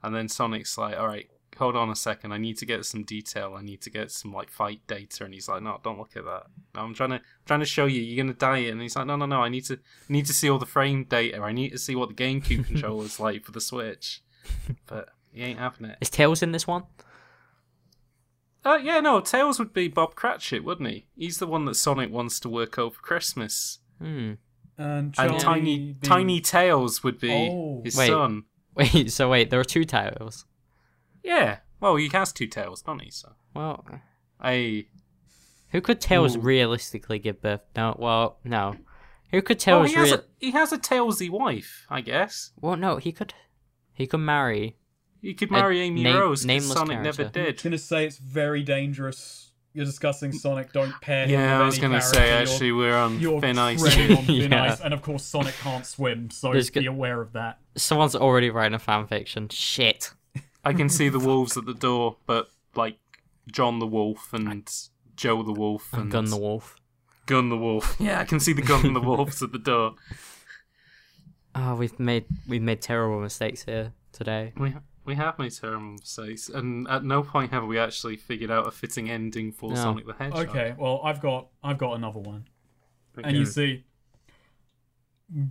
And then Sonic's like, all right, hold on a second. I need to get some detail. I need to get some like fight data. And he's like, no, don't look at that. No, I'm trying to trying to show you. You're gonna die. And he's like, no, no, no. I need to I need to see all the frame data. I need to see what the GameCube controller's like for the Switch. But he ain't having it. Is Tails in this one? Uh, yeah, no. Tails would be Bob Cratchit, wouldn't he? He's the one that Sonic wants to work over Christmas. Hmm. [laughs] And, And Charlie tiny, the- tiny Tails would be Oh. his Wait. son. Wait. So wait, there are two Tails. Yeah. Well, he has two tails, doesn't he? So Well, I. who could Tails Ooh. realistically give birth? No. Well, no. Who could Well, Tails? Oh, he has rea- a he has a tailsy wife, I guess. well, no. He could. He could marry. He could marry A Amy name- Rose. 'cause nameless Sonic never character. I'm did. gonna say it's very dangerous. You're discussing Sonic. Don't pair. him Yeah, with I was any gonna character. say You're- actually we're on You're thin [laughs] ice. treading on thin Yeah. ice, and of course Sonic can't swim, so There's be go- aware of that. Someone's already writing a fan fiction. Shit. [laughs] I can see the wolves at the door, but like John the Wolf and Joe the Wolf and Gun the Wolf. Gun the wolf. [laughs] Yeah, I can see the gun and the wolves at the door. Ah, we've made we've made terrible mistakes here today. We ha- we have made terrible mistakes, and at no point have we actually figured out a fitting ending for No. Sonic the Hedgehog. Okay, well, I've got I've got another one. Okay. And you see,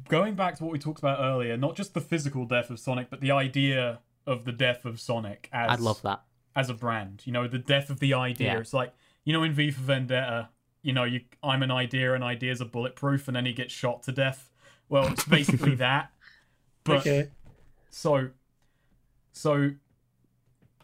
going back to what we talked about earlier, not just the physical death of Sonic, but the idea of the death of Sonic as I love that. as a brand. You know, the death of the idea. Yeah. It's like you know in V for Vendetta, you know, you I'm an idea, and ideas are bulletproof, and then he gets shot to death. Well, it's basically that. But okay. so, so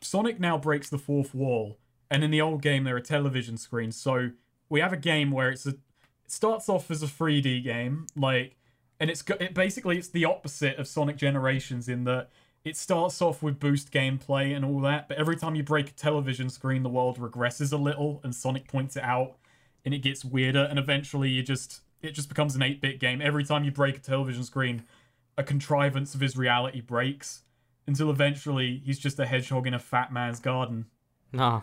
Sonic now breaks the fourth wall, and in the old game there are television screens. So we have a game where it's a it starts off as a 3D game, like, and it's go- it basically it's the opposite of Sonic Generations in that it starts off with boost gameplay and all that, but every time you break a television screen, the world regresses a little, and Sonic points it out, and it gets weirder, and eventually you just it just becomes an 8-bit game. Every time you break a television screen, a contrivance of his reality breaks until eventually he's just a hedgehog in a fat man's garden. No,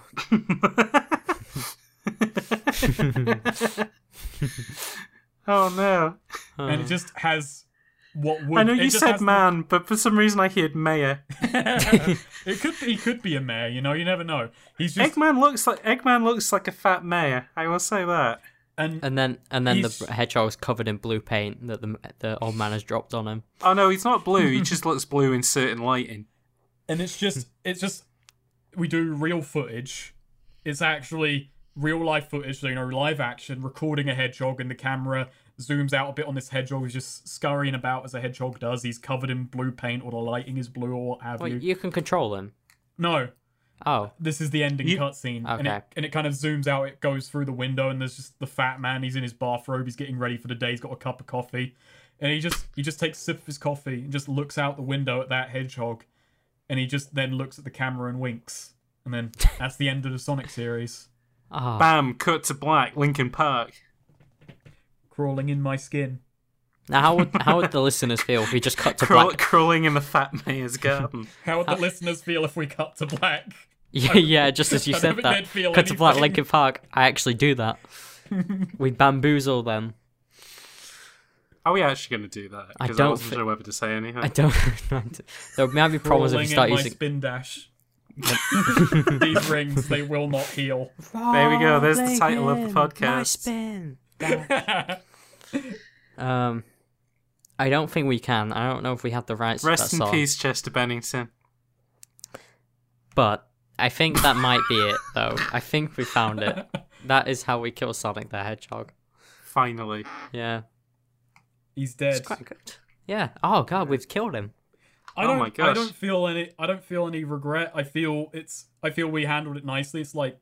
oh no! And it just has what would I know it you just said has the- man, but for some reason I heard mayor. [laughs] it could he could be a mayor, you know, you never know. He's [laughs] just Eggman looks like Eggman looks like a fat mayor. I will say that. and and then and then He's- the hedgehog's covered in blue paint that the the old man has dropped on him. Oh no, he's not blue. [laughs] he just looks blue in certain lighting. and it's just it's just we do real footage. It's actually real life footage, so you know, live action, recording a hedgehog and the camera zooms out a bit on this hedgehog who's just scurrying about as a hedgehog does. He's covered in blue paint or the lighting is blue or what have Well, you. you can control him. No, Oh, this is the ending You- cutscene, and it Okay. and it kind of zooms out. It goes through the window, and there's just the fat man. He's in his bathrobe. He's getting ready for the day. He's got a cup of coffee, and he just he just takes a sip of his coffee and just looks out the window at that hedgehog, and he just then looks at the camera and winks, [laughs] and then that's the end of the Sonic series. ah, Bam! Cut to black. Linkin Park. Crawling in my skin. now how would how would the listeners feel if we just [laughs] cut to Crawl, black? [laughs] Crawling in the fat mayor's garden. How would the listeners feel if we cut to black? Yeah, yeah, just as you I don't said think that. they'd feel Cut to black, anything. Linkin Park. I actually do [laughs] that. we bamboozle them. Are we actually going to do that? I Because I, don't wasn't thi- sure whether to say anything. I don't. [laughs] there might be problems if you Crawling in start my using. spin dash. [laughs] These rings, they will not heal. [laughs] [laughs] There we go, there's the title of the podcast. spin. um, I don't think we can. I don't know if we have the rights to Rest that in song. peace, Chester Bennington. But I think that might be [laughs] it, though. I think we found it. That is how we kill Sonic the Hedgehog. Finally. Yeah. He's dead. good. Yeah. Oh god, we've killed him. I Oh don't, my I gosh. don't feel any. I don't feel any regret. I feel it's. I feel we handled it nicely. It's like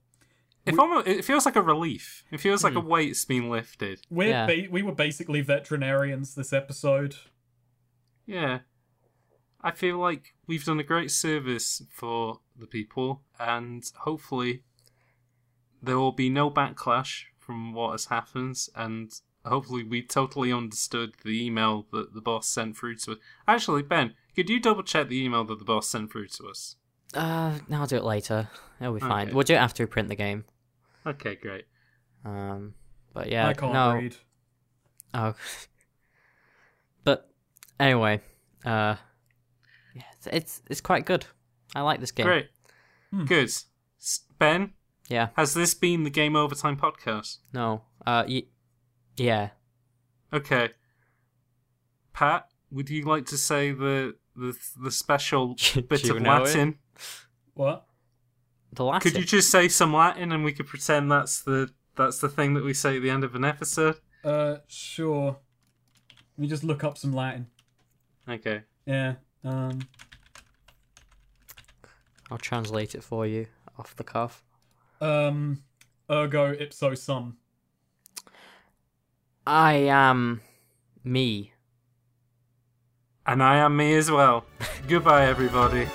It, almost, it feels like a relief. It feels like a weight's been lifted. we're Yeah. ba- we were basically veterinarians this episode. Yeah. I feel like we've done a great service for the people, and hopefully there will be no backlash from what has happened, and hopefully we totally understood the email that the boss sent through to us. Actually, Ben, could you double check the email that the boss sent through to us? Uh, no, I'll do it later. It'll be fine. Okay. We'll do it after we print the game. Okay, great. Um, but yeah, I can't no. read. Oh. [laughs] but anyway, uh, yeah, it's, it's it's quite good. I like this game. Great. Good. S- Ben, Yeah. has this been the Game Overtime podcast? No. Uh. Y- yeah. [laughs] Okay. Pat, would you like to say the the, the special Do [laughs] bit you of know it? Latin? What? The last. Could you just say some Latin and we could pretend that's the that's the thing that we say at the end of an episode? Uh, sure. Let me just look up some Latin. Okay. Yeah. Um. I'll translate it for you off the cuff. Um. Ergo ipso sum. I am me. [laughs] And I am me as well. Goodbye everybody.